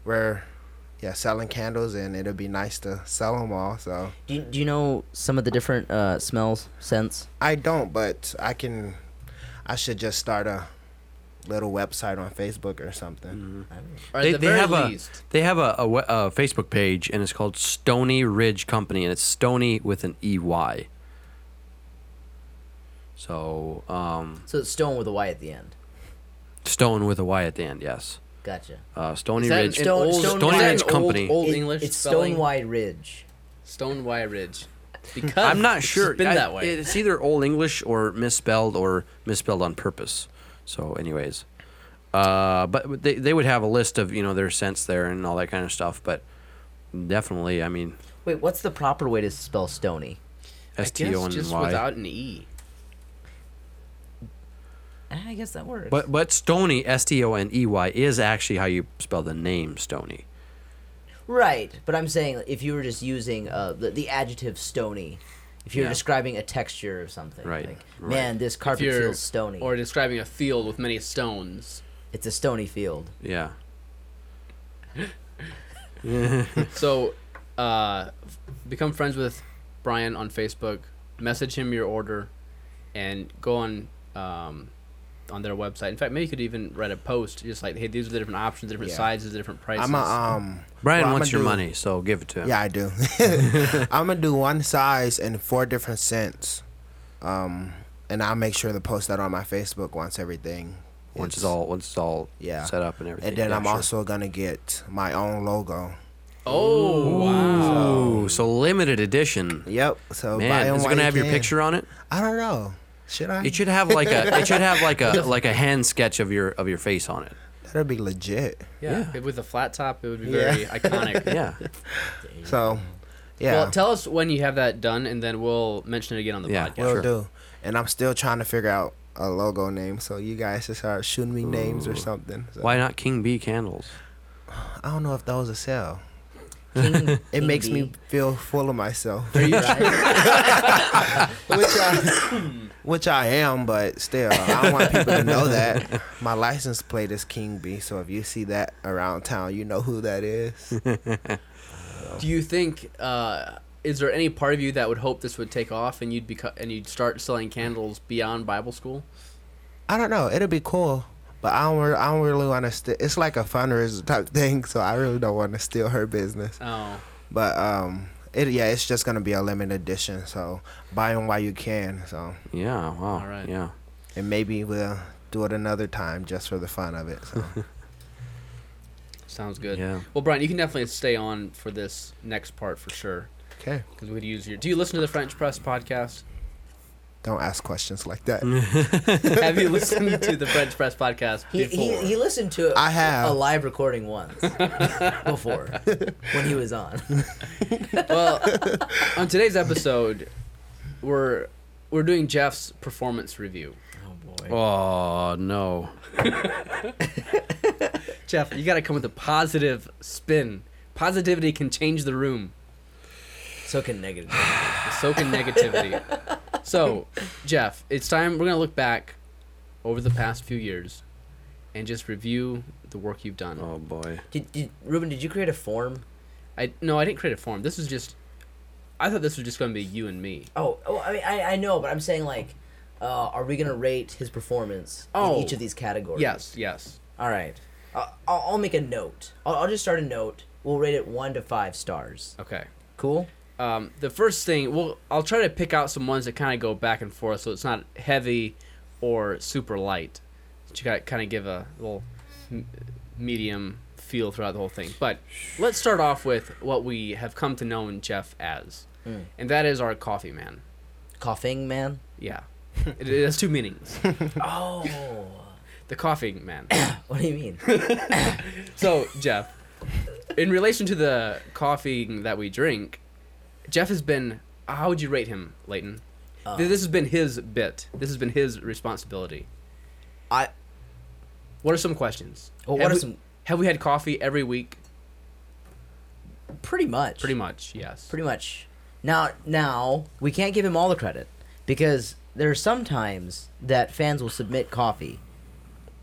Speaker 6: we're yeah selling candles and it'll be nice to sell them all. So
Speaker 4: Do you, do you know some of the different uh, smells, scents?
Speaker 6: I don't, but I can. I should just start a little website on Facebook or something.
Speaker 3: Mm-hmm. Or at
Speaker 5: they,
Speaker 3: the
Speaker 5: they
Speaker 3: very
Speaker 5: have
Speaker 3: least-
Speaker 5: a they have a, a, we- a Facebook page and it's called Stony Ridge Company and it's Stony with an E Y. So um,
Speaker 4: So it's stone with a Y at the end.
Speaker 5: Stone with a Y at the end, yes.
Speaker 4: Gotcha.
Speaker 5: Uh, Stony
Speaker 3: Is that
Speaker 5: Ridge.
Speaker 3: an
Speaker 4: Stone-
Speaker 3: old-
Speaker 4: Stone
Speaker 3: is
Speaker 5: Stony
Speaker 3: that
Speaker 5: Ridge
Speaker 3: an old-
Speaker 5: Company.
Speaker 3: Old,
Speaker 4: It-
Speaker 3: English
Speaker 4: It's
Speaker 3: spelling?
Speaker 4: stone Y ridge.
Speaker 3: Stone Y Ridge. Because
Speaker 5: Hmm. I'm not
Speaker 3: it's just
Speaker 5: sure.
Speaker 3: Been
Speaker 5: I-
Speaker 3: that way.
Speaker 5: It's either Old English or misspelled or misspelled on purpose. So, anyways, uh, but they they would have a list of you know their scents there and all that kind of stuff. But definitely, I mean,
Speaker 4: Wait, what's the proper way to spell stony?
Speaker 5: S T O N
Speaker 3: just
Speaker 5: Y.
Speaker 3: without an E. Eh,
Speaker 4: I guess that works.
Speaker 5: But but Stony S T O N E Y is actually how you spell the name Stony.
Speaker 4: right, but I'm saying if you were just using uh, the, the adjective stony, if you're
Speaker 5: Yeah.
Speaker 4: describing a texture or something,
Speaker 5: Right,
Speaker 4: Like,
Speaker 5: right.
Speaker 4: man, this
Speaker 3: If
Speaker 4: carpet
Speaker 3: you're-
Speaker 4: feels stony.
Speaker 3: Or describing a field with many stones.
Speaker 4: it's a stony field.
Speaker 5: Yeah.
Speaker 3: So, uh, f- become friends with Brian on Facebook. Message him your order, and go on um, on their website. In fact, maybe you could even write a post just like, hey, these are the different options, the different
Speaker 6: Yeah.
Speaker 3: sizes, the different prices.
Speaker 6: I'm a um.
Speaker 5: Brian
Speaker 6: what I'ma
Speaker 5: wants your
Speaker 6: do-
Speaker 5: money, so give it to him.
Speaker 6: Yeah, I do. I'm gonna do one size and four different scents, um, and I'll make sure to post that on my Facebook once everything.
Speaker 5: Once it's
Speaker 6: is-
Speaker 5: all once it's all
Speaker 6: Yeah.
Speaker 5: set up and everything.
Speaker 6: And then
Speaker 5: yeah,
Speaker 6: I'm
Speaker 5: sure.
Speaker 6: also gonna get my own logo.
Speaker 3: oh wow!
Speaker 5: Ooh, so limited edition.
Speaker 6: Yep. So buy
Speaker 5: Man,
Speaker 6: 'em
Speaker 5: is it
Speaker 6: while
Speaker 5: gonna
Speaker 6: you
Speaker 5: have your
Speaker 6: can.
Speaker 5: picture on it?
Speaker 6: I don't know. Should I?
Speaker 5: It should have like a it should have like a like a hand sketch of your of your face on it.
Speaker 6: That'd be legit.
Speaker 3: Yeah, with a flat top, it would be
Speaker 6: Yeah.
Speaker 3: very iconic.
Speaker 5: Yeah.
Speaker 6: So, yeah.
Speaker 3: Well, tell us when you have that done, and then we'll mention it again on the
Speaker 5: Yeah.
Speaker 3: podcast.
Speaker 6: Will
Speaker 5: sure.
Speaker 6: do. And I'm still trying to figure out a logo name, so you guys should start shooting me names or something. So,
Speaker 5: Why not King B candles?
Speaker 6: I don't know if those will sell.
Speaker 4: King,
Speaker 6: It
Speaker 4: King
Speaker 6: makes me
Speaker 4: Bee,
Speaker 6: feel full of myself,
Speaker 4: right?
Speaker 6: which I, which I am, but still, I don't want people to know that. My license plate is King B, so if you see that around town, you know who that is.
Speaker 3: Do you think? Uh, is there any part of you that would hope this would take off and you'd beco- and you'd start selling candles beyond Bible school?
Speaker 6: I don't know. It'll be cool. But I don't, re- I don't really want to. St- it's like a fundraiser type thing, so I really don't want to steal her business.
Speaker 3: Oh,
Speaker 6: But um, it yeah, it's just gonna be a limited edition. So buy them while you can. So
Speaker 5: Yeah, wow.
Speaker 3: All right.
Speaker 5: Yeah.
Speaker 6: and maybe we'll do it another time just for the fun of it. So
Speaker 3: sounds good.
Speaker 5: Yeah.
Speaker 3: Well, Brian, you can definitely stay on for this next part for sure
Speaker 6: okay,
Speaker 3: because we'd use your. Do you listen to the French Press podcast?
Speaker 6: don't ask questions like that.
Speaker 3: have you listened to the French Press podcast
Speaker 4: He,
Speaker 3: before?
Speaker 4: he, he listened to a-
Speaker 6: I have.
Speaker 4: a live recording once before when he was on.
Speaker 3: well, on today's episode, we're we're doing Jeff's performance review.
Speaker 4: Oh boy.
Speaker 5: Oh no.
Speaker 3: Jeff, you got to come with a positive spin. Positivity can change the room.
Speaker 4: so can negative.
Speaker 3: So can negativity. so, Jeff, it's time we're going to look back over the past few years and just review the work you've done.
Speaker 5: Oh boy.
Speaker 4: Did, did Ruben? Did you create a form?
Speaker 3: I no, I didn't create a form. This is just I thought this was just going to be you and me.
Speaker 4: Oh, oh I mean, I, I know, but I'm saying like, uh, are we gonna rate his performance
Speaker 3: Oh.
Speaker 4: in each of these categories?
Speaker 3: Yes, yes.
Speaker 4: All right. Uh, I'll, I'll make a note. I'll, I'll just start a note. We'll rate it one to five stars.
Speaker 3: Okay.
Speaker 4: Cool.
Speaker 3: Um, the first thing, well, I'll try to pick out some ones that kind of go back and forth, so it's not heavy or super light. But you got to kind of give a little m- medium feel throughout the whole thing. But let's start off with what we have come to know Jeff as, and that is our coffee man.
Speaker 4: Coughing man.
Speaker 3: Yeah, it, it has two meanings.
Speaker 4: Oh.
Speaker 3: The coffee man.
Speaker 4: what do you mean?
Speaker 3: So Jeff, in relation to the coffee that we drink, Jeff has been. How would you rate him, Leighton?
Speaker 4: Uh.
Speaker 3: Th- this has been his bit. This has been his responsibility.
Speaker 4: I.
Speaker 3: What are some questions?
Speaker 4: Well, what
Speaker 3: Have
Speaker 4: are
Speaker 3: we-
Speaker 4: some-
Speaker 3: Have we had coffee every week?
Speaker 4: Pretty much.
Speaker 3: Pretty much, yes.
Speaker 4: Pretty much. Now, now we can't give him all the credit because there are some times that fans will submit coffee,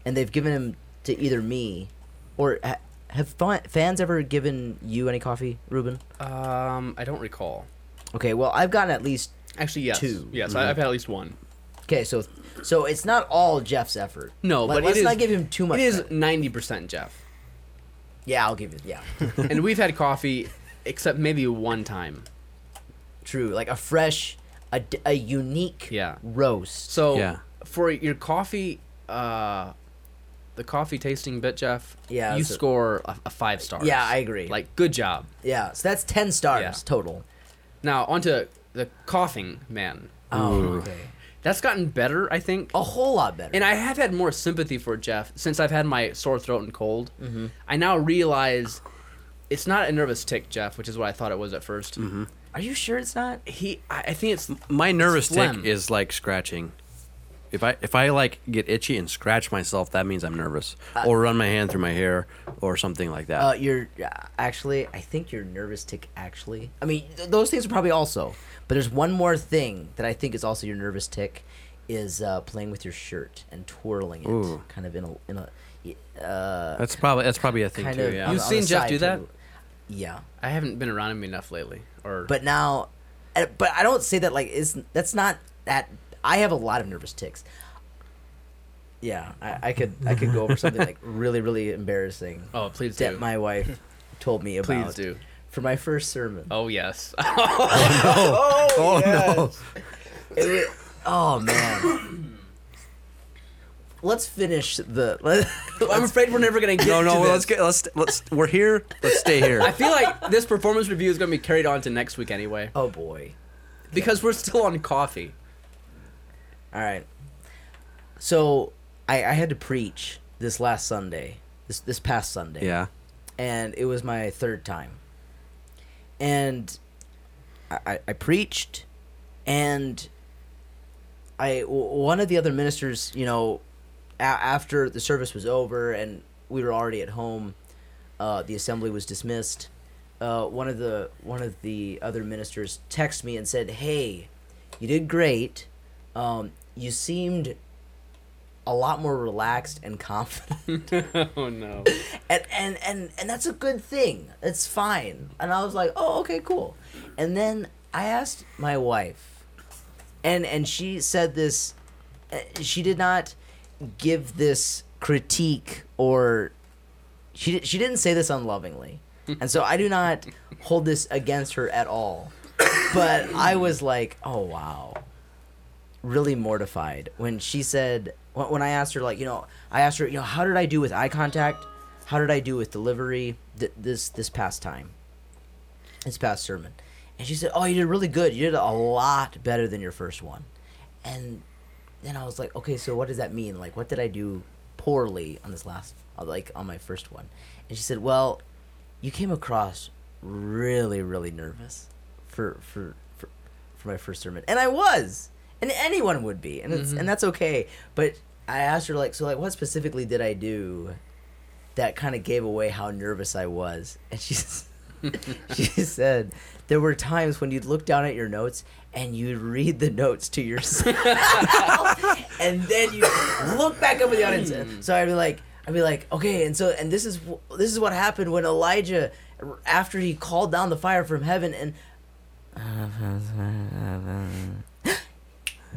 Speaker 4: and they've given him to either me, or ha- have fa- fans ever given you any coffee, Ruben?
Speaker 3: Um, I don't recall.
Speaker 4: Okay, well I've gotten at least
Speaker 3: Actually, yes.
Speaker 4: Two. Mm-hmm.
Speaker 3: Yes, I I've had at least one.
Speaker 4: okay. So, so it's not all Jeff's effort.
Speaker 3: No,
Speaker 4: Let-
Speaker 3: but it
Speaker 4: let's
Speaker 3: is-
Speaker 4: not give him too much.
Speaker 3: It is
Speaker 4: credit.
Speaker 3: ninety percent Jeff,
Speaker 4: Yeah, I'll give it. Yeah,
Speaker 3: and we've had coffee, except maybe one time.
Speaker 4: true. Like a fresh, a, d- a unique
Speaker 3: Yeah.
Speaker 4: roast.
Speaker 3: So
Speaker 5: Yeah.
Speaker 3: for your coffee, uh, the coffee tasting bit, Jeff.
Speaker 4: Yeah,
Speaker 3: you
Speaker 4: that's a-
Speaker 3: score a, a five stars.
Speaker 4: Yeah, I agree.
Speaker 3: Like good job.
Speaker 4: yeah, so that's ten stars total.
Speaker 3: Now onto the coughing man.
Speaker 4: Oh, okay.
Speaker 3: That's gotten better, I think.
Speaker 4: A whole lot better.
Speaker 3: And I have had more sympathy for Jeff since I've had my sore throat and cold. Mm-hmm. I now realize it's not a nervous tick, Jeff, which is what I thought it was at 1st
Speaker 4: Are you sure it's not?
Speaker 3: He, I I think it's
Speaker 5: My nervous tick
Speaker 3: phlegm.
Speaker 5: is like scratching. If I if I like get itchy and scratch myself, that means I'm nervous. or run my hand through my hair or something like that.
Speaker 4: Uh, you're uh, actually. I think your nervous tick. Actually, I mean th- those things are probably also. But there's one more thing that I think is also your nervous tick, is uh, playing with your shirt and twirling it,
Speaker 5: Ooh.
Speaker 4: kind of in a in a. y- Uh,
Speaker 5: that's probably that's probably a thing
Speaker 4: kind
Speaker 5: too.
Speaker 4: of.
Speaker 5: yeah.
Speaker 4: on
Speaker 3: You've
Speaker 4: the- on
Speaker 3: seen
Speaker 4: the
Speaker 3: Jeff
Speaker 4: side
Speaker 3: do that?
Speaker 4: too. Yeah,
Speaker 3: I haven't been around him enough lately. Or
Speaker 4: but now, uh, but I don't say that like is that's not that. I have a lot of nervous ticks. yeah, I, I could I could go over something like really really embarrassing
Speaker 3: Oh, please do.
Speaker 4: that my wife told me
Speaker 3: please
Speaker 4: about
Speaker 3: do.
Speaker 4: for my first sermon.
Speaker 3: Oh yes.
Speaker 5: Oh no!
Speaker 4: It wa- oh man. Let's finish the. Let,
Speaker 3: I'm afraid we're never gonna get.
Speaker 5: No,
Speaker 3: to
Speaker 5: no.
Speaker 3: this.
Speaker 5: Let's get. Let's. Let's. We're here. Let's stay
Speaker 3: I
Speaker 5: here.
Speaker 3: feel like this performance review is gonna be carried on to next week anyway,
Speaker 4: oh boy.
Speaker 3: because we're still on coffee.
Speaker 4: All right. So I, I had to preach this last Sunday, this this past Sunday.
Speaker 5: Yeah.
Speaker 4: and it was my third time. And I, I, I preached, and I w- one of the other ministers, you know, a- after the service was over and we were already at home, uh, the assembly was dismissed. Uh, one of the one of the other ministers texted me and said, "Hey, you did great. Um, you seemed a lot more relaxed and confident."
Speaker 3: Oh no.
Speaker 4: and and and and that's a good thing. It's fine. And I was like, oh, okay, cool. And then I asked my wife, and and she said this. uh, She did not give this critique or she di- she didn't say this unlovingly, and so I do not hold this against her at all. But I was like, oh wow, really mortified when she said when when I asked her like you know I asked her you know how did I do with eye contact, how did I do with delivery th- this this past time, this past sermon, and she said oh you did really good you did a lot better than your first one, and then I was like okay so what does that mean like what did I do poorly on this last like on my first one, and she said well you came across really really nervous for for for, for my first sermon and i was and anyone would be and it's and that's okay but i asked her like so like what specifically did i do that kind of gave away how nervous i was and she s- she said there were times when you'd look down at your notes and you'd read the notes to yourself and then you look back up at the audience. So I'd be like, I'd be like, okay, and so and this is wh- this is what happened when Elijah, r- after he called down the fire from heaven, and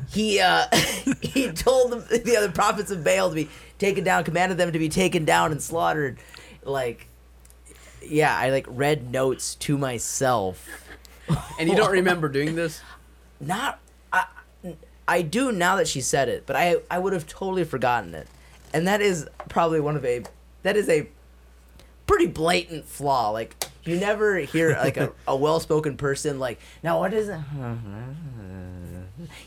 Speaker 4: he uh, he told the, the other prophets of Baal to be taken down, commanded them to be taken down and slaughtered, like. Yeah, I like read notes to myself.
Speaker 3: And you don't remember doing this?
Speaker 4: Not I I do now that she said it, but I I would have totally forgotten it. And that is probably one of a that is a pretty blatant flaw. Like you never hear like a, a well spoken person like now what is it?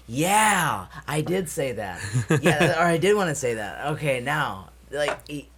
Speaker 4: Yeah, I did say that. Yeah, or I did want to say that. Okay, now like e-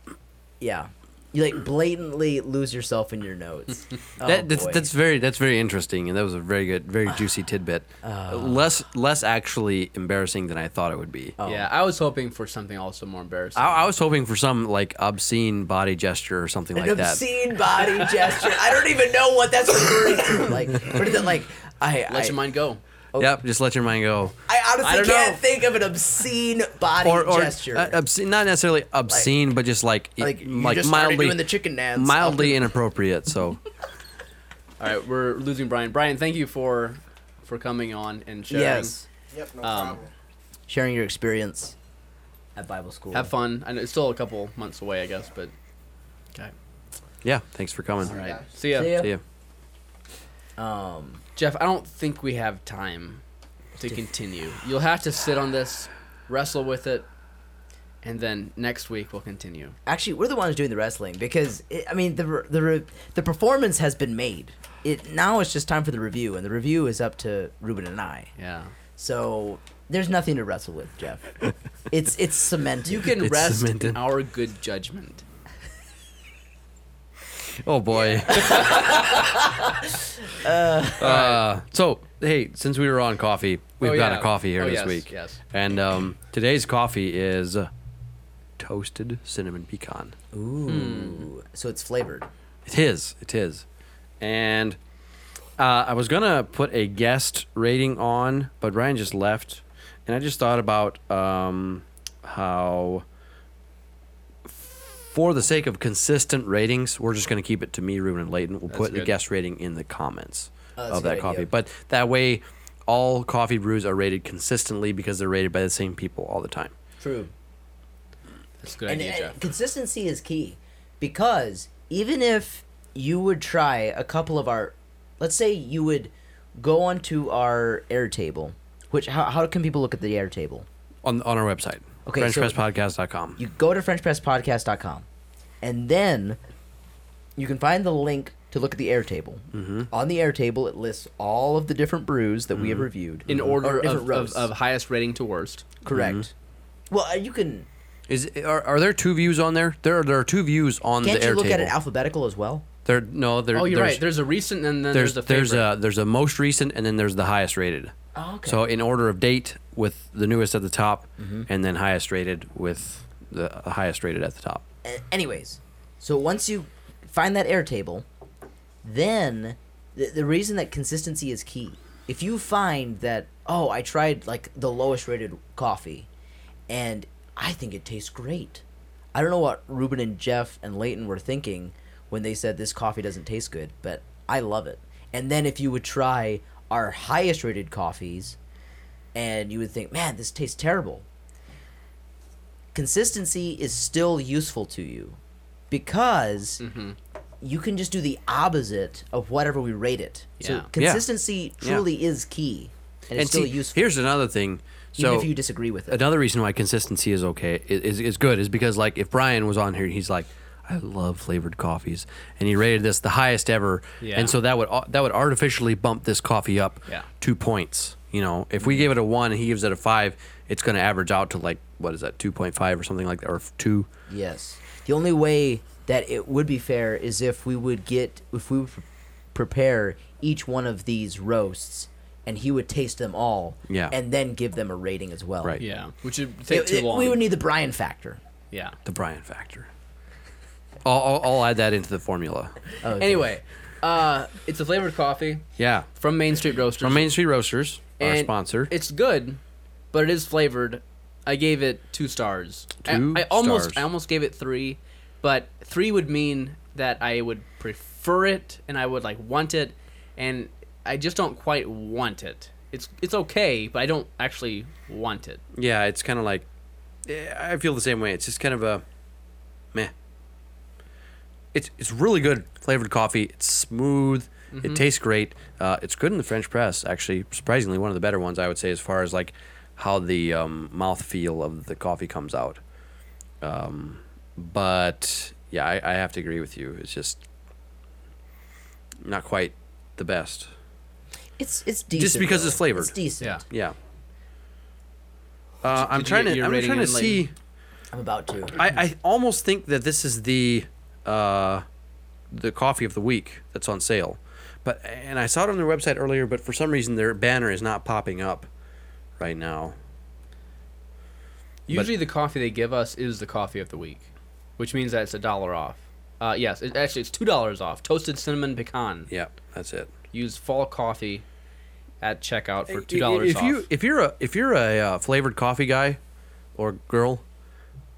Speaker 4: yeah, you like blatantly lose yourself in your notes. Oh,
Speaker 5: That, that's,
Speaker 4: boy.
Speaker 5: that's very that's very interesting, and that was a very good, very juicy tidbit.
Speaker 4: Uh.
Speaker 5: less less actually embarrassing than I thought it would be.
Speaker 4: Oh.
Speaker 3: Yeah, I was hoping for something also more embarrassing.
Speaker 5: I, I was hoping for some like obscene body gesture or something
Speaker 4: an
Speaker 5: like that.
Speaker 4: obscene body gesture. I don't even know what that's referring to. Like, what is it like? I
Speaker 3: Let
Speaker 4: I,
Speaker 3: your mind go.
Speaker 5: Yep, just let your mind go.
Speaker 4: I
Speaker 3: I don't
Speaker 4: honestly can't
Speaker 3: know.
Speaker 4: think of an obscene body
Speaker 5: Or, or
Speaker 4: gesture.
Speaker 5: uh, obscene, not necessarily obscene, but just like it-
Speaker 4: like, you
Speaker 5: like
Speaker 4: just started
Speaker 5: mildly
Speaker 4: doing the chicken dance.
Speaker 5: mildly inappropriate. So
Speaker 3: All right, we're losing Brian. Brian, thank you for for coming on and sharing.
Speaker 4: Yes.
Speaker 6: Yep, no
Speaker 3: Um,
Speaker 6: problem.
Speaker 4: sharing your experience at Bible school.
Speaker 3: Have fun. I know it's still a couple months away, I guess, but okay.
Speaker 5: yeah, thanks for coming.
Speaker 3: All right. See ya.
Speaker 4: See ya.
Speaker 5: See ya.
Speaker 4: Um,
Speaker 3: Jeff, I don't think we have time to continue. You'll have to sit on this, wrestle with it, and then next week we'll continue.
Speaker 4: actually, we're the ones doing the wrestling because it, I mean the re- the re- the performance has been made. It now it's just time for the review, and the review is up to Ruben and I.
Speaker 3: Yeah.
Speaker 4: So there's nothing to wrestle with, Jeff. it's it's cemented.
Speaker 3: You can
Speaker 5: It's
Speaker 3: rest in
Speaker 5: cemented.
Speaker 3: our good judgment.
Speaker 5: Oh boy. uh, so hey, since we were on coffee, we've
Speaker 3: Oh,
Speaker 5: got
Speaker 3: yeah.
Speaker 5: a coffee here
Speaker 3: Oh,
Speaker 5: this
Speaker 3: yes,
Speaker 5: week.
Speaker 3: yes.
Speaker 5: And um, today's coffee is toasted cinnamon pecan.
Speaker 3: Hmm.
Speaker 4: Ooh. So it's flavored.
Speaker 5: It is. It is. And uh, I was gonna put a guest rating on, but Ryan just left, and I just thought about um, how, for the sake of consistent ratings, we're just gonna keep it to me, Ruben, and Layton. We'll put the
Speaker 3: good.
Speaker 5: guest rating in the comments
Speaker 4: Oh, that's
Speaker 5: of
Speaker 4: a
Speaker 5: that
Speaker 4: good
Speaker 5: coffee,
Speaker 4: idea.
Speaker 5: but that way, all coffee brews are rated consistently because they're rated by the same people all the time.
Speaker 4: True.
Speaker 3: That's a good
Speaker 4: and,
Speaker 3: idea,
Speaker 4: and
Speaker 3: Jeff.
Speaker 4: consistency is key because even if you would try a couple of our let's say you would go onto our airtable which how, how can people look at the airtable
Speaker 5: on on our website.
Speaker 4: Okay, so-
Speaker 5: FrenchPressPodcast.com.
Speaker 4: you go to frenchpresspodcast.com and then you can find the link to look at the airtable
Speaker 3: Mm-hmm.
Speaker 4: on the airtable it lists all of the different brews that we have reviewed Mm-hmm.
Speaker 3: In
Speaker 5: Mm-hmm.
Speaker 4: or
Speaker 3: order
Speaker 4: different
Speaker 3: of, of,
Speaker 4: roasts.
Speaker 3: of Mm-hmm. highest rating to worst.
Speaker 4: correct well uh, you can
Speaker 5: Is are, are there two views on there? There are, there are two views on
Speaker 4: can't
Speaker 5: the
Speaker 4: you look at it
Speaker 5: Airtable.
Speaker 4: alphabetical as well
Speaker 5: There no there.
Speaker 3: Oh, you're
Speaker 5: there's,
Speaker 3: right. There's a recent and then
Speaker 5: there's
Speaker 3: there's,
Speaker 5: there's,
Speaker 3: a favorite.
Speaker 5: a there's a most recent and then there's the highest rated.
Speaker 4: Oh, okay.
Speaker 5: So in order of date with the newest at the top,
Speaker 3: Mm-hmm.
Speaker 5: and then highest rated with the highest rated at the top.
Speaker 4: A- anyways, so once you find that airtable, then the, the reason that consistency is key. If you find that, oh, I tried like the lowest rated coffee and I think it tastes great. I don't know what Ruben and Jeff and Leighton were thinking when they said this coffee doesn't taste good, but I love it. And then if you would try our highest rated coffees and you would think, man, this tastes terrible consistency is still useful to you because you can just do the opposite of whatever we rate it.
Speaker 3: Yeah.
Speaker 4: So consistency
Speaker 5: Yeah.
Speaker 4: truly is key and, it's still
Speaker 5: see,
Speaker 4: useful
Speaker 5: here's another thing. So
Speaker 4: even if you disagree with it.
Speaker 5: another reason why consistency is okay is, is, is good is because like if Brian was on here and he's like I love flavored coffees and he rated this the highest ever
Speaker 3: Yeah.
Speaker 5: and so that would au- that would artificially bump this coffee up
Speaker 3: Yeah.
Speaker 5: 2 points you know if we gave it a 1 and he gives it a 5 it's going to average out to like what is that 2.5 or something like that or 2
Speaker 4: Yes. The only way that it would be fair is if we would get if we would pre- prepare each one of these roasts and he would taste them all
Speaker 5: Yeah.
Speaker 4: and then give them a rating as well.
Speaker 5: Right.
Speaker 3: yeah, which would
Speaker 4: It-
Speaker 3: take too
Speaker 4: it-
Speaker 3: long.
Speaker 4: we would need the Brian factor.
Speaker 3: yeah.
Speaker 5: the Brian factor I'll, I'll, I'll add that into the formula
Speaker 3: Anyway, uh, it's a flavored coffee
Speaker 5: yeah
Speaker 3: from Main Street Roasters.
Speaker 5: from Main Street Roasters our
Speaker 3: And
Speaker 5: sponsor
Speaker 3: It's good, but it is flavored. I gave it two stars. I-
Speaker 5: Two
Speaker 3: I, almost
Speaker 5: stars.
Speaker 3: I almost gave it three, but three would mean that I would prefer it and I would like want it, and I just don't quite want it. It's it's okay, but I don't actually want it.
Speaker 5: yeah, it's kind of like eh, I feel the same way. It's just kind of a meh. It's it's really good flavored coffee. It's smooth.
Speaker 3: Mm-hmm.
Speaker 5: It tastes great. Uh, it's good in the French press. Actually, surprisingly, one of the better ones I would say as far as like how the um, mouth feel of the coffee comes out. Um, but yeah, I, I have to agree with you. It's just not quite the best.
Speaker 4: It's it's decent.
Speaker 5: because it's
Speaker 4: really.
Speaker 5: flavored.
Speaker 4: It's decent.
Speaker 3: Yeah.
Speaker 5: Yeah. Uh, I'm
Speaker 3: Did you
Speaker 5: trying
Speaker 3: get
Speaker 5: to.
Speaker 3: your
Speaker 5: I'm
Speaker 3: rating
Speaker 5: trying to
Speaker 3: in, Leighton?
Speaker 5: see.
Speaker 4: I'm about to.
Speaker 5: I, I almost think that this is the uh, the coffee of the week that's on sale, but and I saw it on their website earlier, but for some reason their banner is not popping up right now.
Speaker 3: Usually, the coffee they give us is the coffee of the week, which means that it's a dollar off. Uh, yes, it, actually, it's two dollars off. Toasted cinnamon pecan.
Speaker 5: Yeah, that's it.
Speaker 3: Use fall coffee at checkout for two
Speaker 5: I- i-
Speaker 3: dollars
Speaker 5: If
Speaker 3: off.
Speaker 5: you if you're a if you're a uh, flavored coffee guy or girl,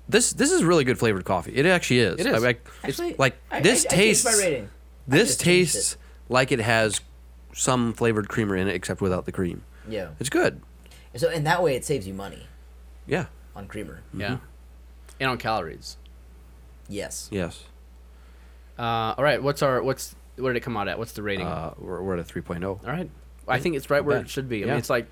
Speaker 5: this this is really good flavored coffee. It actually is.
Speaker 3: It is.
Speaker 5: I- I- it's
Speaker 4: Actually,
Speaker 5: like
Speaker 4: I-
Speaker 5: this
Speaker 4: I- I changed
Speaker 5: tastes.
Speaker 4: my rating.
Speaker 5: This
Speaker 4: just changed it.
Speaker 5: tastes like it has some flavored creamer in it, except without the cream.
Speaker 4: Yeah.
Speaker 5: It's good.
Speaker 4: So and that way it saves you money
Speaker 5: Yeah.
Speaker 4: on creamer.
Speaker 3: yeah, and on calories.
Speaker 4: Yes.
Speaker 5: Yes.
Speaker 3: Uh, all right, what's our what's what did it come out at? What's the rating?
Speaker 5: Uh, we're, we're at a 3.0.
Speaker 3: all right, I think it's right
Speaker 5: not
Speaker 3: where
Speaker 5: bad.
Speaker 3: it should be. I
Speaker 5: Yeah.
Speaker 3: mean, it's like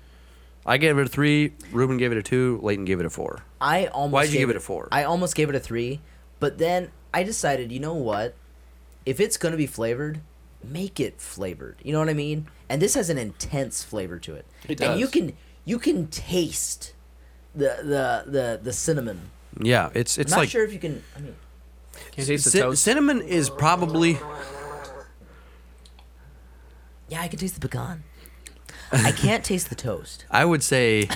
Speaker 5: I gave it a three. Ruben gave it a two. Leighton gave it a four.
Speaker 4: I almost
Speaker 5: Why'd you
Speaker 4: gave
Speaker 5: give it a four?
Speaker 4: I almost gave it a three, but then I decided, you know what? If it's gonna be flavored, make it flavored. You know what I mean? And this has an intense flavor to it.
Speaker 3: It
Speaker 4: And you
Speaker 3: does.
Speaker 4: can you can taste the the the, the cinnamon.
Speaker 5: Yeah, it's it's
Speaker 4: I'm not
Speaker 5: like
Speaker 4: sure if you can. I mean,
Speaker 3: can you taste the
Speaker 5: cin-
Speaker 3: toast?
Speaker 5: cinnamon is probably
Speaker 4: yeah, I can taste the pecan. I can't taste the toast.
Speaker 5: I would say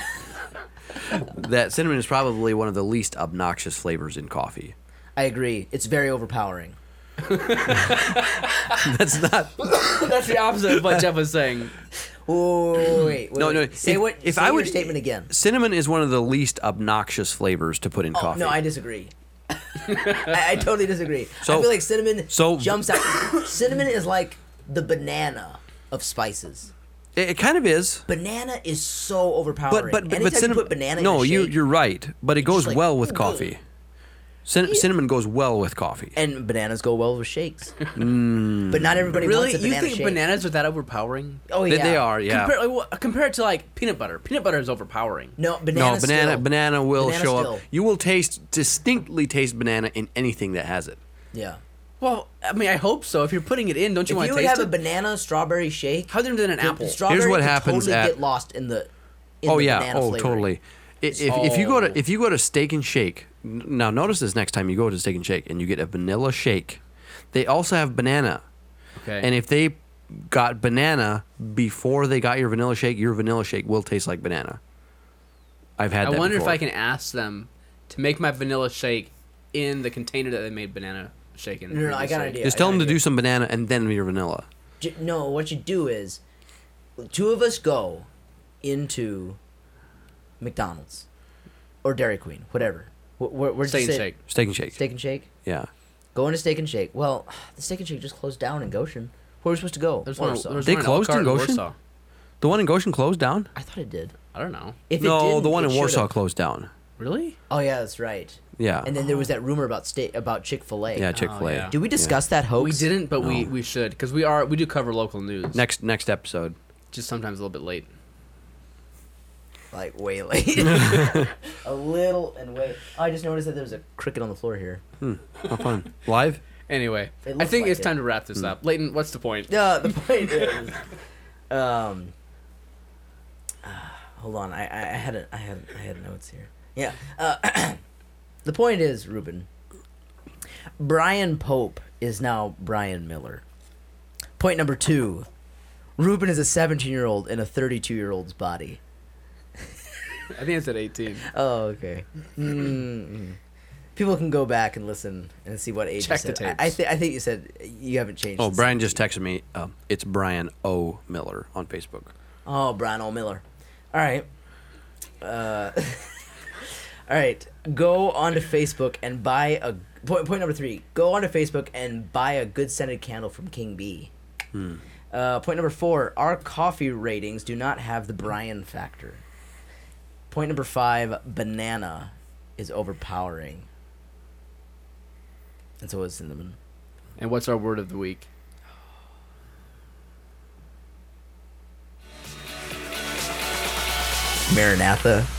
Speaker 5: that cinnamon is probably one of the least obnoxious flavors in coffee.
Speaker 4: I agree. It's very overpowering.
Speaker 5: That's not
Speaker 3: That's the opposite of what Jeff was saying.
Speaker 4: Oh wait, wait,
Speaker 5: no
Speaker 4: wait.
Speaker 5: no.
Speaker 4: Say
Speaker 5: if,
Speaker 4: what?
Speaker 5: If
Speaker 4: say
Speaker 5: I
Speaker 4: your
Speaker 5: would
Speaker 4: statement again.
Speaker 5: cinnamon is one of the least obnoxious flavors to put in coffee.
Speaker 4: Oh, No, I disagree. I, I totally disagree.
Speaker 5: So-
Speaker 4: I feel like cinnamon
Speaker 5: so-
Speaker 4: jumps out. cinnamon is like the banana of spices.
Speaker 5: It, it kind of is.
Speaker 4: Banana is so overpowering.
Speaker 5: but but but,
Speaker 4: Anytime
Speaker 5: cinnamon,
Speaker 4: you put banana
Speaker 5: no,
Speaker 4: in a
Speaker 5: you
Speaker 4: shake,
Speaker 5: you're right. But it goes
Speaker 4: like,
Speaker 5: well with
Speaker 4: "Ugh."
Speaker 5: coffee. Cin- cinnamon goes well with coffee.
Speaker 4: And bananas go well with shakes. But not everybody
Speaker 3: Really,
Speaker 4: wants a
Speaker 3: you
Speaker 4: banana
Speaker 3: think
Speaker 4: shake.
Speaker 3: bananas are that overpowering?
Speaker 4: Oh
Speaker 5: Mm. They-
Speaker 4: yeah,
Speaker 5: they are, yeah.
Speaker 3: Compare, like, what- compare it to like peanut butter. Peanut butter is overpowering.
Speaker 4: No, banana.
Speaker 5: no, banana
Speaker 4: still.
Speaker 5: banana will
Speaker 4: Banana
Speaker 5: show
Speaker 4: still.
Speaker 5: up. You will taste distinctly taste banana in anything that has it.
Speaker 4: Yeah.
Speaker 3: Well, I mean, I hope so. If you're putting it in, don't you
Speaker 4: If
Speaker 3: want
Speaker 4: you
Speaker 3: to
Speaker 4: would
Speaker 3: taste
Speaker 4: have
Speaker 3: it?
Speaker 4: a banana strawberry shake,
Speaker 3: How different than an
Speaker 4: the
Speaker 3: apple?
Speaker 4: Strawberry
Speaker 5: what
Speaker 4: could
Speaker 5: happens
Speaker 4: totally
Speaker 5: at-
Speaker 4: get lost in the. In
Speaker 5: Oh
Speaker 4: the
Speaker 5: yeah,
Speaker 4: banana
Speaker 5: oh
Speaker 4: flavoring.
Speaker 5: totally. I- If, if you go
Speaker 3: Oh.
Speaker 5: to if you go to Steak and Shake, n- now notice this next time you go to Steak and Shake and you get a vanilla shake, they also have banana.
Speaker 3: okay.
Speaker 5: And if they got banana before they got your vanilla shake, your vanilla shake will taste like banana. I've had.
Speaker 3: I
Speaker 5: that
Speaker 3: wonder
Speaker 5: before.
Speaker 3: if I can ask them to make my vanilla shake in the container that they made banana shake in.
Speaker 4: No, no, no, I got an
Speaker 3: previously.
Speaker 4: idea. I
Speaker 5: Just tell
Speaker 4: got
Speaker 5: them to
Speaker 4: an idea.
Speaker 5: do some banana and then your vanilla.
Speaker 4: J- No, what you do is, two of us go into McDonald's or Dairy Queen, whatever. Where, where, where's the
Speaker 3: Steak and
Speaker 4: sit-
Speaker 3: shake.
Speaker 5: Steak and Shake.
Speaker 4: Steak and Shake.
Speaker 5: Yeah.
Speaker 4: Going to Steak and Shake. Well, the Steak and Shake just closed down in Goshen. Where are we supposed to go?
Speaker 3: There's one,
Speaker 4: Warsaw.
Speaker 3: there's
Speaker 5: They
Speaker 3: one
Speaker 5: closed in
Speaker 3: Elkhart
Speaker 5: Goshen?
Speaker 3: Warsaw.
Speaker 5: The one in Goshen closed down.
Speaker 4: I thought it did.
Speaker 3: I don't know.
Speaker 4: If it
Speaker 5: no,
Speaker 4: didn't,
Speaker 5: the one
Speaker 4: it
Speaker 5: in Warsaw
Speaker 4: should've.
Speaker 5: closed down.
Speaker 3: Really?
Speaker 4: Oh yeah, that's right.
Speaker 5: Yeah.
Speaker 4: And then there was that rumor about state about Chick Fil A.
Speaker 5: yeah, Chick Fil A.
Speaker 3: yeah.
Speaker 4: Did we discuss that
Speaker 3: We
Speaker 4: hoax?
Speaker 3: didn't, but we,
Speaker 5: No.
Speaker 3: we should because we are we do cover local news.
Speaker 5: Next next episode.
Speaker 3: just sometimes a little bit late.
Speaker 4: Like way late. a little and way. Oh, I just noticed that there's a cricket on the floor here.
Speaker 5: How fun. Live.
Speaker 3: Anyway,
Speaker 4: It
Speaker 3: I
Speaker 4: looks
Speaker 3: think
Speaker 4: like
Speaker 3: it's
Speaker 4: it.
Speaker 3: time to wrap
Speaker 5: Hmm.
Speaker 3: this up. Leighton, what's the point?
Speaker 4: No, the point is, um, ah, hold on. I, I I had a, I had I had notes here. Yeah. Uh, the point is, Ruben. Brian Pope is now Brian Miller. Point number two. Ruben is a 17 year old in a 32 year old's body.
Speaker 3: I think it's at 18.
Speaker 4: Oh, okay. Mm. People can go back and listen and see what age.
Speaker 3: Check
Speaker 4: you
Speaker 3: the
Speaker 4: said. I, I,
Speaker 3: tapes.
Speaker 4: thi- I think you said you haven't changed.
Speaker 5: Oh,
Speaker 4: since-
Speaker 5: Brian just texted me. Um, it's Brian O. Miller on Facebook.
Speaker 4: Oh, Brian O. Miller. All right. Uh, all right. Go onto Facebook and buy a point. Point number three. Go onto Facebook and buy a good scented candle from King B. Uh, point number four. Our coffee ratings do not have the Brian factor. Point number five. Banana is overpowering. And so is cinnamon.
Speaker 3: And what's our word of the week?
Speaker 4: Maranatha.